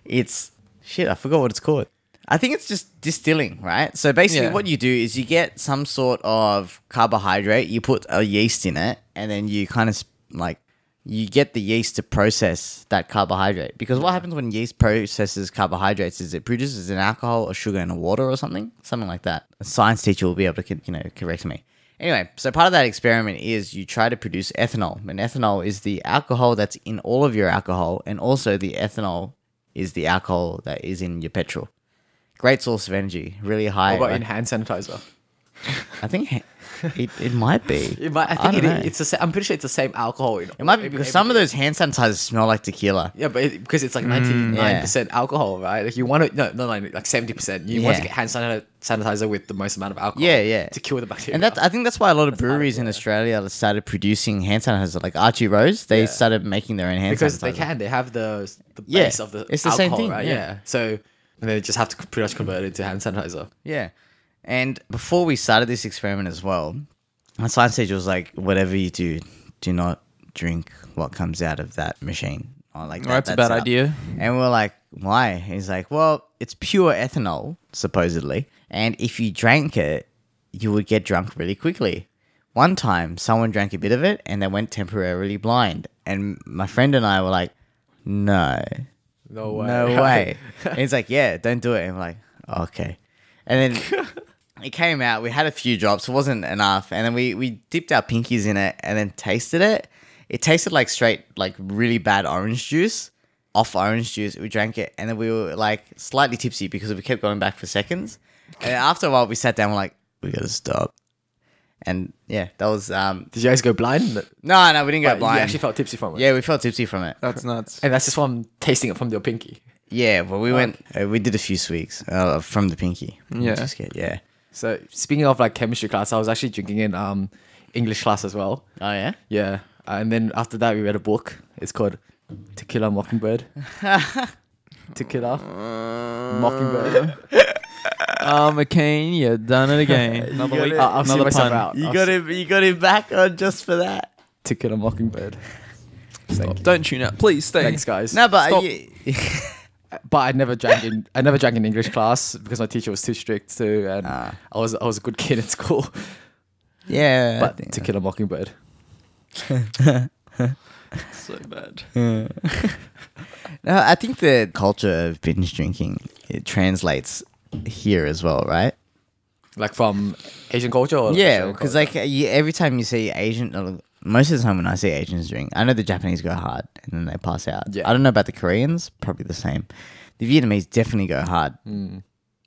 It's. Shit, I forgot what it's called. I think it's just distilling, right? So basically,
Yeah.
what you do is you get some sort of carbohydrate, you put a yeast in it, and then you kind of like you get the yeast to process that carbohydrate. Because what happens when yeast processes carbohydrates is it produces an alcohol, a sugar, and a water or something, something like that. A science teacher will be able to, con- you know, correct me. Anyway, so part of that experiment is you try to produce ethanol, and ethanol is the alcohol that's in all of your alcohol, and also the ethanol is the alcohol that is in your petrol. Great source of energy, really high.
What about
like-
in hand sanitizer?
I think it, it, it might be.
[LAUGHS] It might, I Mm.
I
think
don't
it,
know.
it's the same, I'm pretty sure it's the same alcohol. In,
It might be because some of those hand sanitizers smell like tequila.
Yeah, but it, because it's like ninety nine percent alcohol, right? Like you want to no, no, no, like seventy percent. You want to
Yeah.
get hand sanit- sanitizer with the most amount of alcohol.
Yeah, yeah.
To kill the bacteria.
And that's, I think that's why a lot of breweries in Australia started producing hand sanitizer. Like Archie Rose, they
Yeah.
started making their own hand
because
sanitizer.
they can. They have the the
Yeah,
base of the
it's the
alcohol,
same thing,
right?
yeah.
Yeah. So and they just have to pretty much convert it to hand sanitizer.
Yeah. And before we started this experiment as well, my science teacher was like, whatever you do, do not drink what comes out of that machine. Or like that,
Well, Oh, that's a
that
bad
setup.
idea.
And we are like, why? He's like, well, it's pure ethanol, supposedly. And if you drank it, you would get drunk really quickly. One time, someone drank a bit of it and they went temporarily blind. And my friend and I were like, no,
No way. [LAUGHS]
no way. and he's like, yeah, don't do it. And I'm like, okay.
[LAUGHS]
And then it came out. We had a few drops. It wasn't enough. And then we, we dipped our pinkies in it and then tasted it. It tasted like straight, like really bad orange juice, off orange juice. We drank it. And then we were like slightly tipsy because we kept going back for seconds. And then after a while, we sat down. We're like, we got to stop. And yeah, that was, um,
Did you guys go blind? No,
no, no, we didn't go blind.
You actually felt tipsy from it.
yeah, we felt tipsy from it.
That's nuts.
And that's just from tasting it from your pinky.
Yeah, well, we went. Uh, we did a few swigs uh, from the pinky. which
Yeah.
is good, yeah.
So speaking of like chemistry class, I was actually drinking in um English class as well.
Oh yeah.
Yeah. Uh, And then after that, we read a book. It's called To Kill a [LAUGHS] Mockingbird. to Kill a
Uh,
Mockingbird.
Ah, McCain, you done it again. Another
got
week,
it. I'll- I'll see
another
myself
pun.
out.
You
I'll
got
s-
him. You got him back on just for that.
To Kill a Mockingbird. Thank-
Don't tune out, please. Stay.
Thanks, guys.
No, but
Stop.
you, [LAUGHS]
But I never drank in. I never drank in English class because my teacher was too strict too, and
Ah.
I was I was a good kid at school.
yeah. I
But
think-
To Kill a Mockingbird.
So bad.
no, I think the culture of binge drinking it translates here as well, right?
Like from Asian culture. Or
Yeah,
Australian
because
culture?
like you, every time you see Asian, uh, most of the time when I see Asians drink, I know the Japanese go hard and then they pass out.
Yeah.
I don't know about the Koreans, probably the same. The Vietnamese definitely go hard.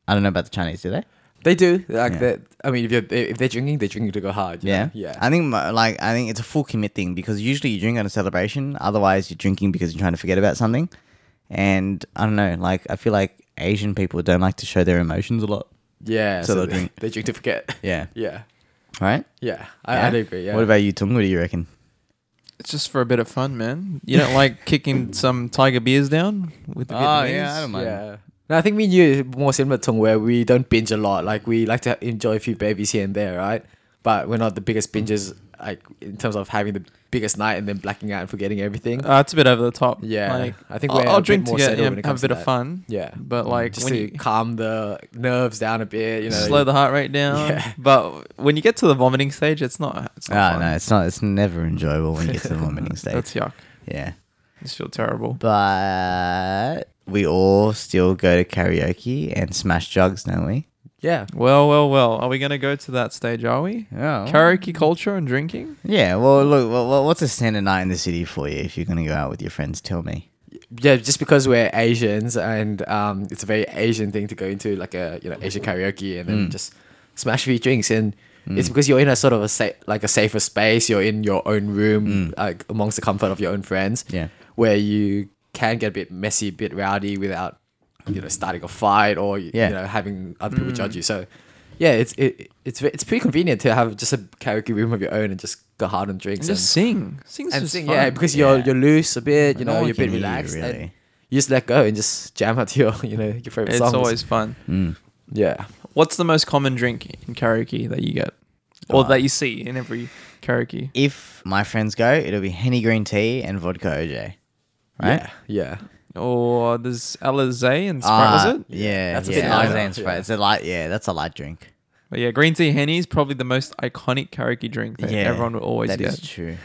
I don't know about the Chinese, do they?
they do. Like
Yeah.
that. I mean, if you're if they're drinking, they're drinking to go hard. you
Yeah,
know? Yeah.
I think mo- like I think it's a full commit thing because usually you drink on a celebration. Otherwise, you're drinking because you're trying to forget about something. And I don't know. Like I feel like Asian people don't like to show their emotions a lot.
yeah. So,
So they'll
they
drink.
drink. [LAUGHS] They drink to forget.
Yeah.
Yeah.
Right.
Yeah. I,
Yeah?
I'd agree. Yeah.
What about you, Tom? What do you reckon?
It's just for a bit of fun, man. You don't
[LAUGHS]
like kicking some tiger beers down with
Ah,
the
Oh,
Vietnamese?
yeah, I don't mind.
Yeah. No, I think me and you are more similar to where we don't binge a lot. Like we like to enjoy a few babies here and there, right? But we're not the biggest bingers, like in terms of having the biggest night and then blacking out and forgetting everything.
Uh, it's a bit over the top.
Yeah,
like,
I think
I'll,
we're
I'll
a bit
drink
more
to get
settled
yeah,
when
have
it
a
comes to
bit of
that.
fun.
yeah, Mm.
but like
just
when
to
you
calm the nerves down a bit, you know.
slow the heart rate down.
Yeah.
But when you get to the vomiting stage, it's not. It's not
Ah,
fun.
no, it's not. It's never enjoyable when you get [LAUGHS] to the vomiting stage.
That's yuck.
Yeah,
Just feel terrible.
but we all still go to karaoke and smash jugs, don't we?
yeah,
Well, well, well. Are we gonna go to that stage? Are we?
Um,
Yeah.
Karaoke culture and drinking.
yeah. Well, look. Well, well, what's a standard night in the city for you if you're going to go out with your friends? Tell me.
yeah. Just because we're Asians and um, it's a very Asian thing to go into like a you know Asian karaoke and
Mm.
then just smash a few drinks and. It's because you're in a sort of a sa- like a safer space. You're in your own room, like amongst the comfort of your own friends.
Mm. Yeah.
where you can get a bit messy, a bit rowdy without you know starting a fight or you-
Yeah.
you know having other people
Mm.
judge you. So yeah, it's it, it's ve- it's pretty convenient to have just a karaoke room of your own and just go hard on drinks
And
and,
just sing. Sing's
and
just
sing.
fun.
Yeah, because you're
Yeah.
you're loose a bit, you
No
know,
one
you're a
can
bit
hear you,
relaxed. and
really.
you just let go and just jam out [LAUGHS] to your you know your favorite
it's
songs.
always fun.
Mm.
yeah.
What's the most common drink in karaoke that you get, or
Uh,
that you see in every karaoke?
if my friends go, it'll be Henny Green Tea and Vodka OJ. Right?
Yeah, yeah,
Or there's Alizé and
Ah.
Sprite, was it?
Yeah.
That's a
yeah,
bit
Alize
lighter,
and Sprite.
yeah.
It's a light, yeah, that's a light drink.
But yeah, green tea henny is probably the most iconic karaoke drink that
yeah.
everyone will always
That
get.
is
[LAUGHS]
true.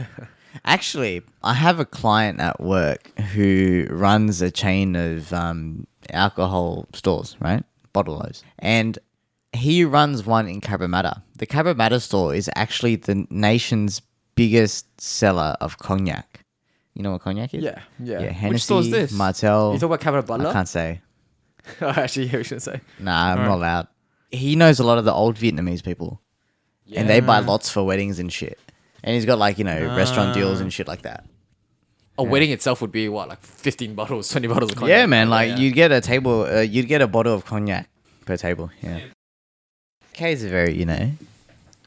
Actually, I have a client at work who runs a chain of um, alcohol stores, right? Bottlers. And he runs one in Cabramatta. The Cabramatta store is actually the nation's biggest seller of cognac. You know what cognac is?
Yeah, yeah.
yeah
Which
Hennessy,
store is this?
Martel.
You talk about Cabinet
I
Butler?
can't say.
[LAUGHS] Actually, yeah, we should say.
Nah, I'm
Alright.
not allowed. He knows a lot of the old Vietnamese people, and they buy lots for weddings and shit. And he's got like you know
Ah.
restaurant deals and shit like that.
A wedding itself would be what, like 15 bottles, 20 bottles of cognac?
Yeah, man. Like
Yeah.
you'd get a table, uh, you'd get a bottle of cognac per table. Yeah. K is a very you know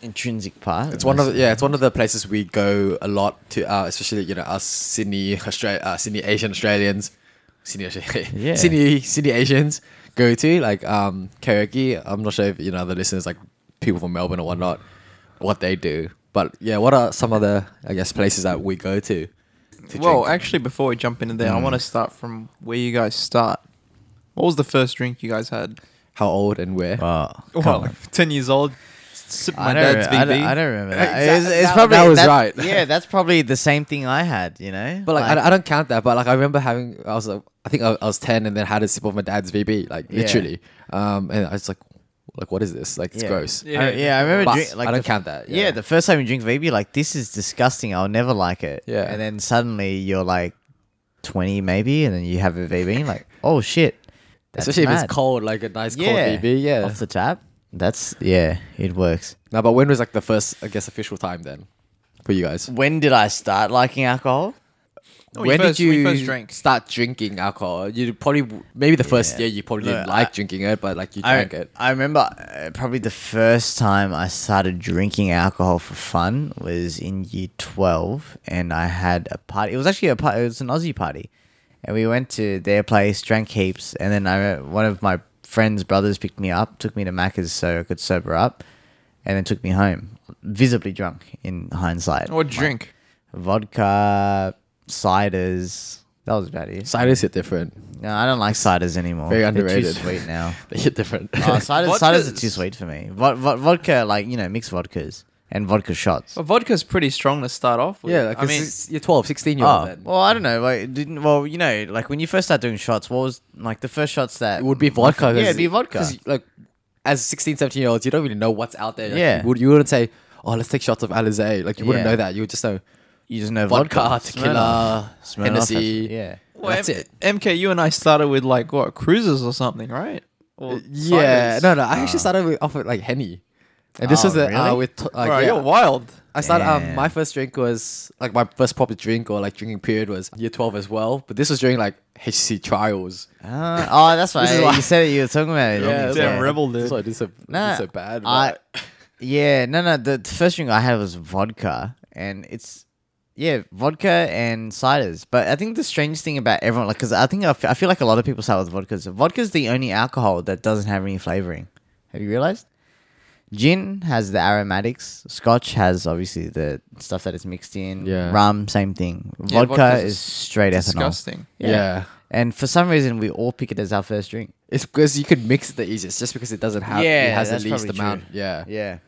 intrinsic part.
It's one of the, yeah, it's one of the places we go a lot to, uh, especially you know us Sydney Australia, uh, Sydney Asian Australians, Sydney [LAUGHS] Australia,
Yeah.
Sydney Sydney Asians go to like um karaoke. I'm not sure if you know the listeners like people from Melbourne or whatnot what they do, but yeah, what are some of the I guess places that we go to? to
Well,
drink?
actually, before we jump into there, I want to start from where you guys start. What was the first drink you guys had?
how old and where?
Wow.
Oh,
Well, [LAUGHS] like 10 years old, sipped my
I don't,
dad's
re- I, don't,
BB.
I don't remember
[LAUGHS]
that. It's,
Exact-
it's
that-
probably
that was
that-
right.
Yeah, that's probably the same thing I had. You know,
But like, I, I don't count that. But like, I remember having, I was, uh, I think I, I was ten, and then had a sip of my dad's VB, like
Yeah.
literally. Um, and I was like, like what is this? Like, it's
yeah.
gross.
I, yeah, I remember.
But
drink, like
I
the
don't count that.
Yeah. the first time you drink VB, you're like, this is disgusting. I'll never like it.
Yeah.
And then suddenly you're like 20 maybe, and then you have a VB, and like, oh shit. That's
especially if
mad.
it's cold, like a nice
Yeah.
cold VB. Yeah.
Off the tap. That's, yeah, it works.
no, but when was like the first, I guess, official time then for you guys?
When did I start liking alcohol?
Oh, you first- when you first drank?
start drinking alcohol? You probably maybe the first
Yeah.
year you probably
No,
didn't
I-
like drinking it, but like you
I,
drank it.
I remember uh, probably the first time I started drinking alcohol for fun was in year 12 and I had a party. It was actually a party, it was an Aussie party. And we went to their place, drank heaps, and then I re- one of my friend's brothers picked me up, took me to Macca's so I could sober up, and then took me home, visibly drunk in hindsight.
Or drink.
Vodka, ciders. That was about it.
Ciders hit different.
No, I don't like ciders anymore.
Very
They're too
underrated. [LAUGHS]
sweet now.
They hit different. [LAUGHS]
Oh, ciders, ciders are
Vodkas.
too sweet for me. Vod- vod- vodka, like you know, mixed vodkas and vodka shots.
Well, vodka's pretty strong to start off with.
yeah, like
I mean,
you're 12, 16 year old.
Oh,
then.
well, I don't know. Like, didn't well, you know, like when you first start doing shots, what was like the first shots that
it would be vodka. 'cause-
Yeah, it'd be vodka.
'cause, Like as 16, 17 year olds, you don't really know what's out there. Like,
Yeah.
You, would, you wouldn't say, oh, let's take shots of Alizé. Like you wouldn't
Yeah.
know that. You would just know
you just know
vodka,
Smirnoff.
tequila,
Smirnoff,
Hennessy.
Yeah,
well,
that's
M-
it.
MK, you and I started with like what cruises or something, right? Or
Yeah.
ciders.
No, no. I actually started with, off with like Henny. And this
Ah. Oh,
was the uh,
really?
with t- like,
Bro,
yeah.
you're wild.
I started um
Damn.
my first drink was like my first proper drink or like drinking period was year twelve as well. But this was during like HC trials.
Uh, [LAUGHS] oh, that's
This is
right.
why-
You said it. You were talking about it.
Yeah,
that's
damn
why-
rebel,
That's
dude.
why I did so, I
Nah,
did so bad.
I,
but-
[LAUGHS] yeah, no, no. The, the first drink I had was vodka, and it's yeah, vodka and ciders. But I think the strange thing about everyone, like, because I think I f- I feel like a lot of people start with vodka. So vodka's the only alcohol that doesn't have any flavoring. Have you realized? Gin has the aromatics. Scotch has obviously the stuff that it's mixed in.
Yeah.
Rum, same thing.
Yeah,
Vodka
vodka's
is straight ethanol.
Disgusting.
yeah.
And for some reason, we all pick it as our first drink.
It's because you could mix it the easiest, just because it doesn't have
Yeah,
it has the
that's
least
probably
amount.
true.
Yeah.
Yeah.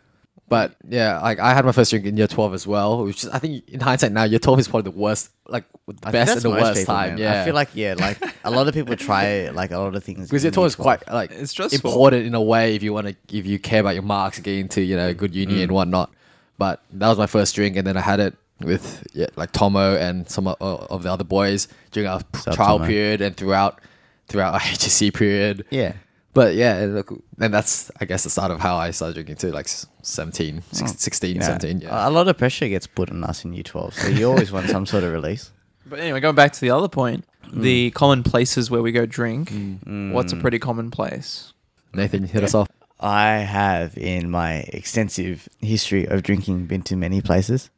But yeah, like I had my first drink in year twelve as well, which is I think in hindsight now year twelve is probably the worst, like the
I
best
think that's
and the
most
worst
people,
time.
man.
Yeah,
I feel like yeah, like a lot of people
[LAUGHS]
try like a lot of things
because year
in
twelve is
year
quite like
It's stressful.
important in a way if you want to if you care about your marks and get into you know a good uni
Mm.
and whatnot. But that was my first drink, and then I had it with yeah, like Tomo and some o- o- of the other boys during our p-
Sup,
trial
Tomo.
period and throughout throughout our [LAUGHS] HSC period.
12. Yeah.
But yeah, and look- and that's I guess the start of how I started drinking too, like s- 17, six- 16,
You know,
17. Yeah.
A lot of pressure gets put on us in year 12, so you always want some sort of release.
But anyway, going back to the other point, the common places where we go drink. What's a pretty common place?
Nathan, hit us off.
I have, in my extensive history of drinking, been to many places.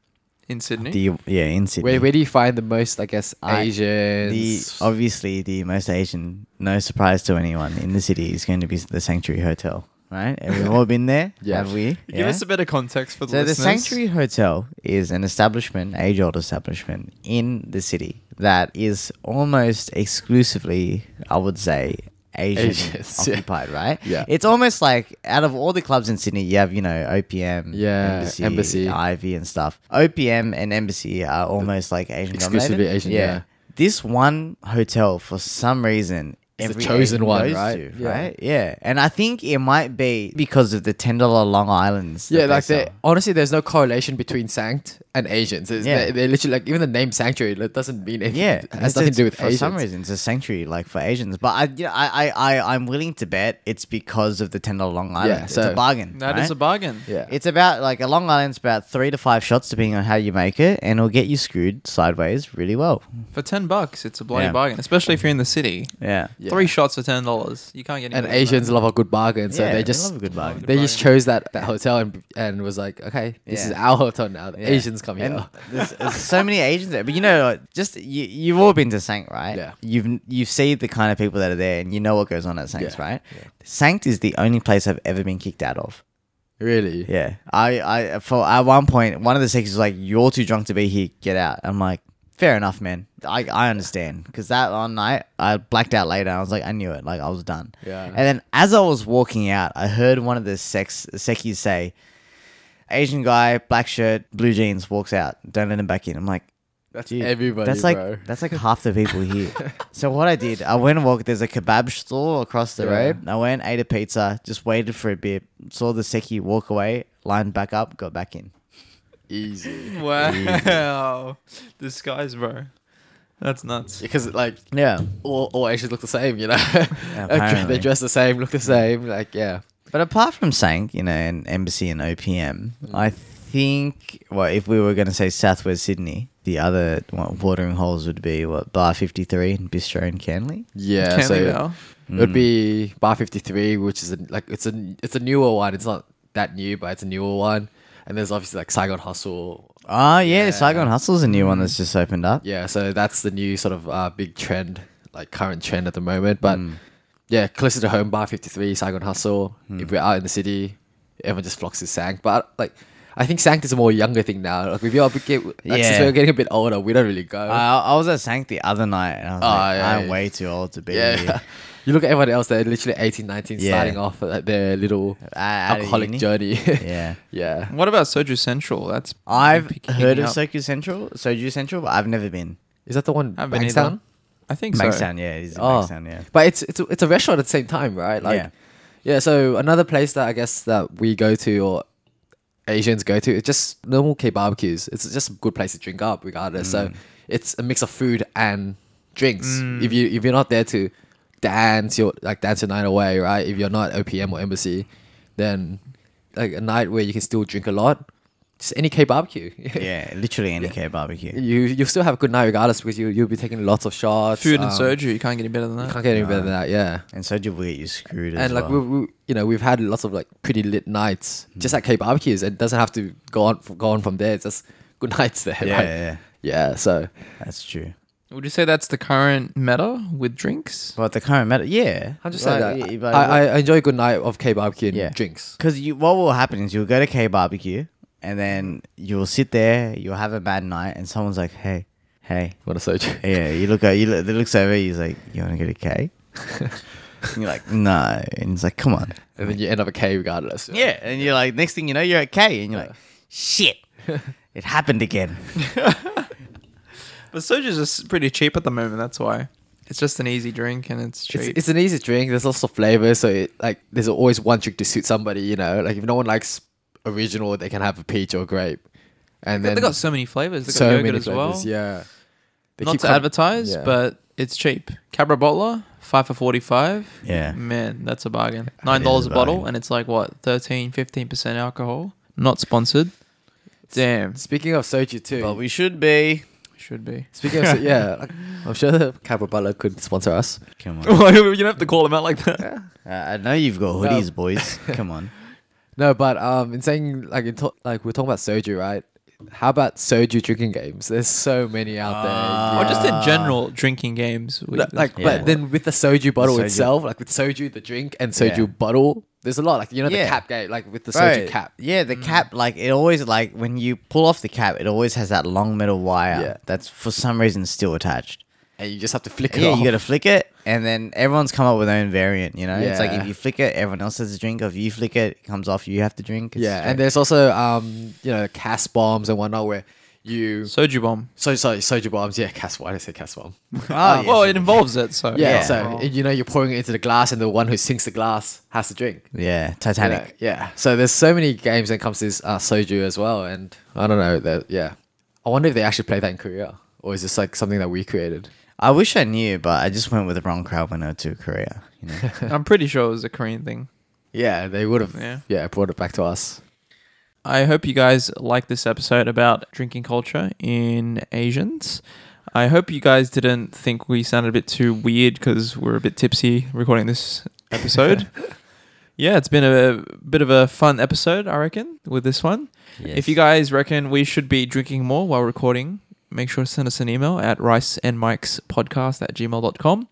In Sydney?
The yeah, in Sydney.
Where where do you find the most, I guess,
I-
Asians?
the obviously the most Asian, no surprise to anyone in the city is going to be the Sanctuary Hotel, right? And we've all been there,
Yeah.
have we?
Give us a bit of context for the
So
listeners.
the Sanctuary Hotel is an establishment, age-old establishment in the city that is almost exclusively, I would say, Asian
Asians, [LAUGHS] yeah.
occupied. Right?
Yeah.
It's almost like out of all the clubs in Sydney, you have you know OPM,
Yeah,
Embassy,
Embassy.
Ivy, and stuff. OPM and Embassy are almost like Asian,
Exclusively
dominated.
Asian, yeah.
This one hotel, for some reason,
It's the
every
chosen
Asian
one,
goes
right?
to,
Yeah.
right? Yeah. And I think it might be because of the ten dollar Long Islands. that
Yeah,
they
like
sell.
they, honestly, there's no correlation between Sanct and Asians. It's,
Yeah.
they, they literally like even the name sanctuary like, doesn't mean anything.
Yeah,
it
it's-
has nothing to do
it's-
with
for
Asians.
some reason it's a sanctuary like for Asians. But I, you know, I, I, I, I'm willing to bet it's because of the ten dollar Long Island.
Yeah,
it's
so-
a bargain.
That is
right?
a bargain.
Yeah,
It's about like a Long Island's about three to five shots depending on how you make it, and it'll get you screwed sideways really well.
For ten bucks, it's a bloody
Yeah.
bargain, especially if you're in the city.
Yeah.
Yeah.
Three shots for ten dollars. You can't get any
and
more than
Asians
that.
love a good bargain, so
Yeah,
they just
love a good bargain.
they just
bargain.
chose that, that hotel and and was like, okay, this
Yeah.
is our hotel now. The
Yeah.
Asians come here. [LAUGHS]
And there's, there's so many Asians there, but you know, like, just you, you've all been to Sankt, right?
Yeah.
You've you see the kind of people that are there, and you know what goes on at Sankt,
Yeah.
right? Sankt is the only place I've ever been kicked out of.
really?
Yeah, I, I, for at one point, one of the secretaries was like, "You're too drunk to be here. Get out." I'm like, "Fair enough, man. I, I understand." Because that one night, I blacked out later. I was like, "I knew it. Like, I was done."
Yeah.
And then as I was walking out, I heard one of the sex seckies say, "Asian guy, black shirt, blue jeans, walks out. Don't let him back in." I'm like.
That's
Dude,
everybody.
That's like
bro.
that's like half the
[LAUGHS]
people here. so what I did, I went and walked. There's a kebab store across the
Yeah.
road. I went, ate a pizza, just waited for a bit, saw the seki walk away, lined back up, got back in.
easy [LAUGHS]
Wow, [LAUGHS] disguise, bro. That's nuts.
because like
Yeah,
all, all Asians look the same, you know. [LAUGHS]
apparently.
they dress the same, look the same. Like yeah,
but apart from saying you know, an embassy and OPM,
Mm.
I think well, if we were going to say Southwest Sydney, the other what, watering holes would be what Bar Fifty Three and Bistro in Canley.
yeah.
Can't
so
leave now.
it would be
Mm.
Bar Fifty Three, which is a, like it's a it's a newer one. It's not that new, but it's a newer one. And there's obviously like Saigon Hustle.
Oh yeah, Saigon Hustle's a new
Mm.
one that's just opened up.
Yeah, so that's the new sort of uh, big trend, like current trend at the moment. But
Mm.
yeah, closer to home, Bar Fifty Three, Saigon Hustle.
Hmm.
If we're out in the city, everyone just flocks to Sankt. But like. I think Sankt is a more younger thing now. Like, if you're get, like, since
Yeah. Ah.
we're getting a bit older, we don't really go.
Uh, I, I was at Sank the other night, and I was like,
Oh, yeah,
I'm
yeah.
way too old to be
Yeah. [LAUGHS]
[LAUGHS] here.
you look at everyone else, they're literally 18, 19,
Yeah. Uh,
starting off at their little
out of
alcoholic
uni.
journey. [LAUGHS]
Yeah.
yeah.
What about Soju Central? That's been
I've
picking
heard of
up.
Soju Central, Soju Central, but I've never been.
Is that the one?
Haven't been
Bankstown?
either. I think so.
Bankstown, yeah, it is in Bankstown, yeah.
But it's, it's, a- it's a restaurant at the same time, right? Oh. Like,
Yeah.
yeah. so another place that I guess that we go to or Asians go to, it's just normal K barbecues. It's just a good place to drink up regardless. So
Mm.
it's a mix of food and drinks. If you if you're not there to dance your like dance your night away, right? If you're not OPM or embassy, then like a night where you can still drink a lot, just any K barbecue. [LAUGHS]
Yeah, literally any K barbecue.
you you'll still have a good night regardless because you you'll be taking lots of shots.
Food and
um,
soju, you can't get any better than that.
Can't get any better than that, yeah
And Soju will get you screwed as
and like
well. Hmm.
we, we, you know, we've had lots of like pretty lit nights just at K barbecues. It doesn't have to go on go on from there. It's just good [LAUGHS] nights there.
yeah,
like-
yeah, yeah,
yeah. So
that's true.
Would you say that's the current meta with drinks?
But the current matter, yeah.
I'm just
Like,
saying that
yeah,
I,
but
I, I enjoy a good night of K barbecue and
Yeah.
drinks.
Because you, what will happen is you'll go to K barbecue, and then you'll sit there, you'll have a bad night, and someone's like, "Hey, hey,
What a soju.
[LAUGHS] yeah." You look, at you look, they looks over, he's like, "You want to go to [LAUGHS] K?" and you're like, "No," and he's like, "Come on."
And then you end up at K regardless.
Yeah, and you're like, next thing you know, you're at K, and you're like, [LAUGHS] "Shit, it happened again."
But soju's just pretty cheap at the moment. That's why it's just an easy drink and it's cheap.
It's, it's an easy drink. There's lots of flavors, so it, like there's always one trick to suit somebody. You know, like if no one likes original, they can have a peach or grape. And then
they got so many flavors. They got
so
yogurt
many
as
flavors.
well.
Yeah. They
Not
keep
to
com-
advertise,
yeah.
but it's cheap. Cabra Bottler, five for forty-five.
Yeah.
man, that's a bargain. Nine dollars
a
a bottle,
bargain.
and it's like what 13, 15 percent alcohol. Not sponsored. Damn,
Speaking of soju too,
But we should be.
should [LAUGHS] be.
Speaking of, yeah, like, I'm sure the Cabra Butler could sponsor us.
Come [LAUGHS] on,
you don't have to call them out like that.
Uh, I know you've got hoodies, [LAUGHS] boys. Come on.
No, but um, in saying like in to- like we're talking about soju, right? How about soju drinking games? There's so many out there.
Ah. Or
yeah.
just in general, drinking games. We-
No, Ah. like,
Yeah.
but then with the soju bottle
soju.
itself, like with soju the drink and soju
Yeah.
bottle, there's a lot. Like you know
Yeah.
the cap game, like with the
Bro,
soju cap. Mm.
Yeah, the cap. Like it always like when you pull off the cap, it always has that long metal wire
Yeah.
that's for some reason still attached.
and you just have to flick it
Yeah,
off.
you got to flick it, and then everyone's come up with their own variant. You know, it's like
Yeah.
if you flick it, everyone else has a drink. If you flick it, it comes off, you have to drink. It's
yeah, and
straight-
there's also um, you know, cast bombs and whatnot where you
Soju
[LAUGHS]
bomb.
so sorry soju bombs. Yeah, cast. Why did I say cast bomb?
Oh,
well, it involves it, so
Ah, Yeah,
Yeah.
Oh.
so you know you're pouring it into the glass, and the one who sinks the glass has to drink.
yeah,
You
Titanic.
know, yeah. So there's so many games that comes to this, uh, soju as well, and I don't know. That yeah, I wonder if they actually play that in Korea, or is this like something that we created?
I wish I knew, but I just went with the wrong crowd when I went to Korea. You know?
I'm pretty sure it was a Korean thing.
Yeah, they would have.
Yeah.
Yeah. brought it back to us.
I hope you guys like this episode about drinking culture in Asians. I hope you guys didn't think we sounded a bit too weird because we're a bit tipsy recording this
[LAUGHS]
episode. yeah, it's been a bit of a fun episode, I reckon, with this one. If you guys reckon we should be drinking more while recording, make sure to send us an email at riceandmikespodcast at gmail.com.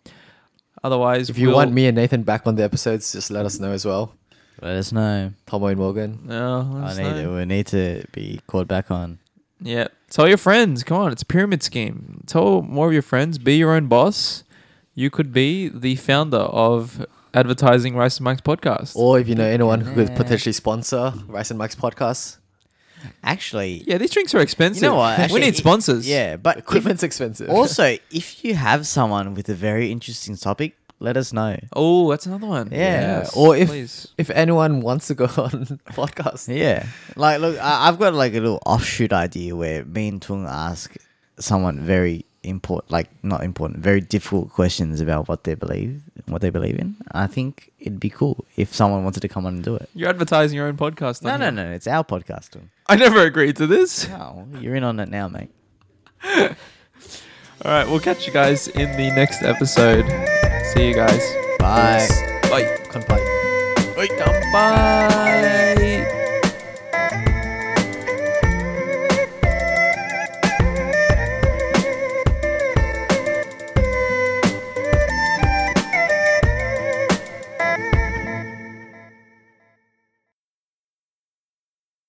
Otherwise,
If you
we'll-
want me and Nathan back on the episodes, just let us know as well.
let us know.
Tomo and Morgan.
No, let
I
us
need
know.
it. We need to be called back on.
Yeah. Tell your friends. Come on, it's a pyramid scheme. Tell more of your friends. Be your own boss. You could be the founder of advertising Rice and Mike's podcast.
Or if you know anyone who could potentially sponsor Rice and Mike's podcast,
Actually,
yeah, these drinks are
you
expensive.
know what?
[LAUGHS]
Actually,
we need
it-
sponsors.
Yeah, but
equipment's expensive.
Uh, if- also, if you have someone with a very interesting topic, let us know.
Oh, that's another one.
Yeah,
or if
please.
if anyone wants to go [LAUGHS] on podcast,
Yeah, like look, I, I've got like a little offshoot idea where me and Tung ask someone very important, like not important, very difficult questions about what they believe, what they believe in. I think it'd be cool if someone wanted to come on and do it.
you're advertising your own podcast.
No,
on
no,
here.
no, it's our podcast, Tung.
I never agreed to this.
Oh, you're in on it now, mate.
All right, we'll catch you guys in the next episode. See you guys.
Bye.
Bye.
Can't fight.
Bye.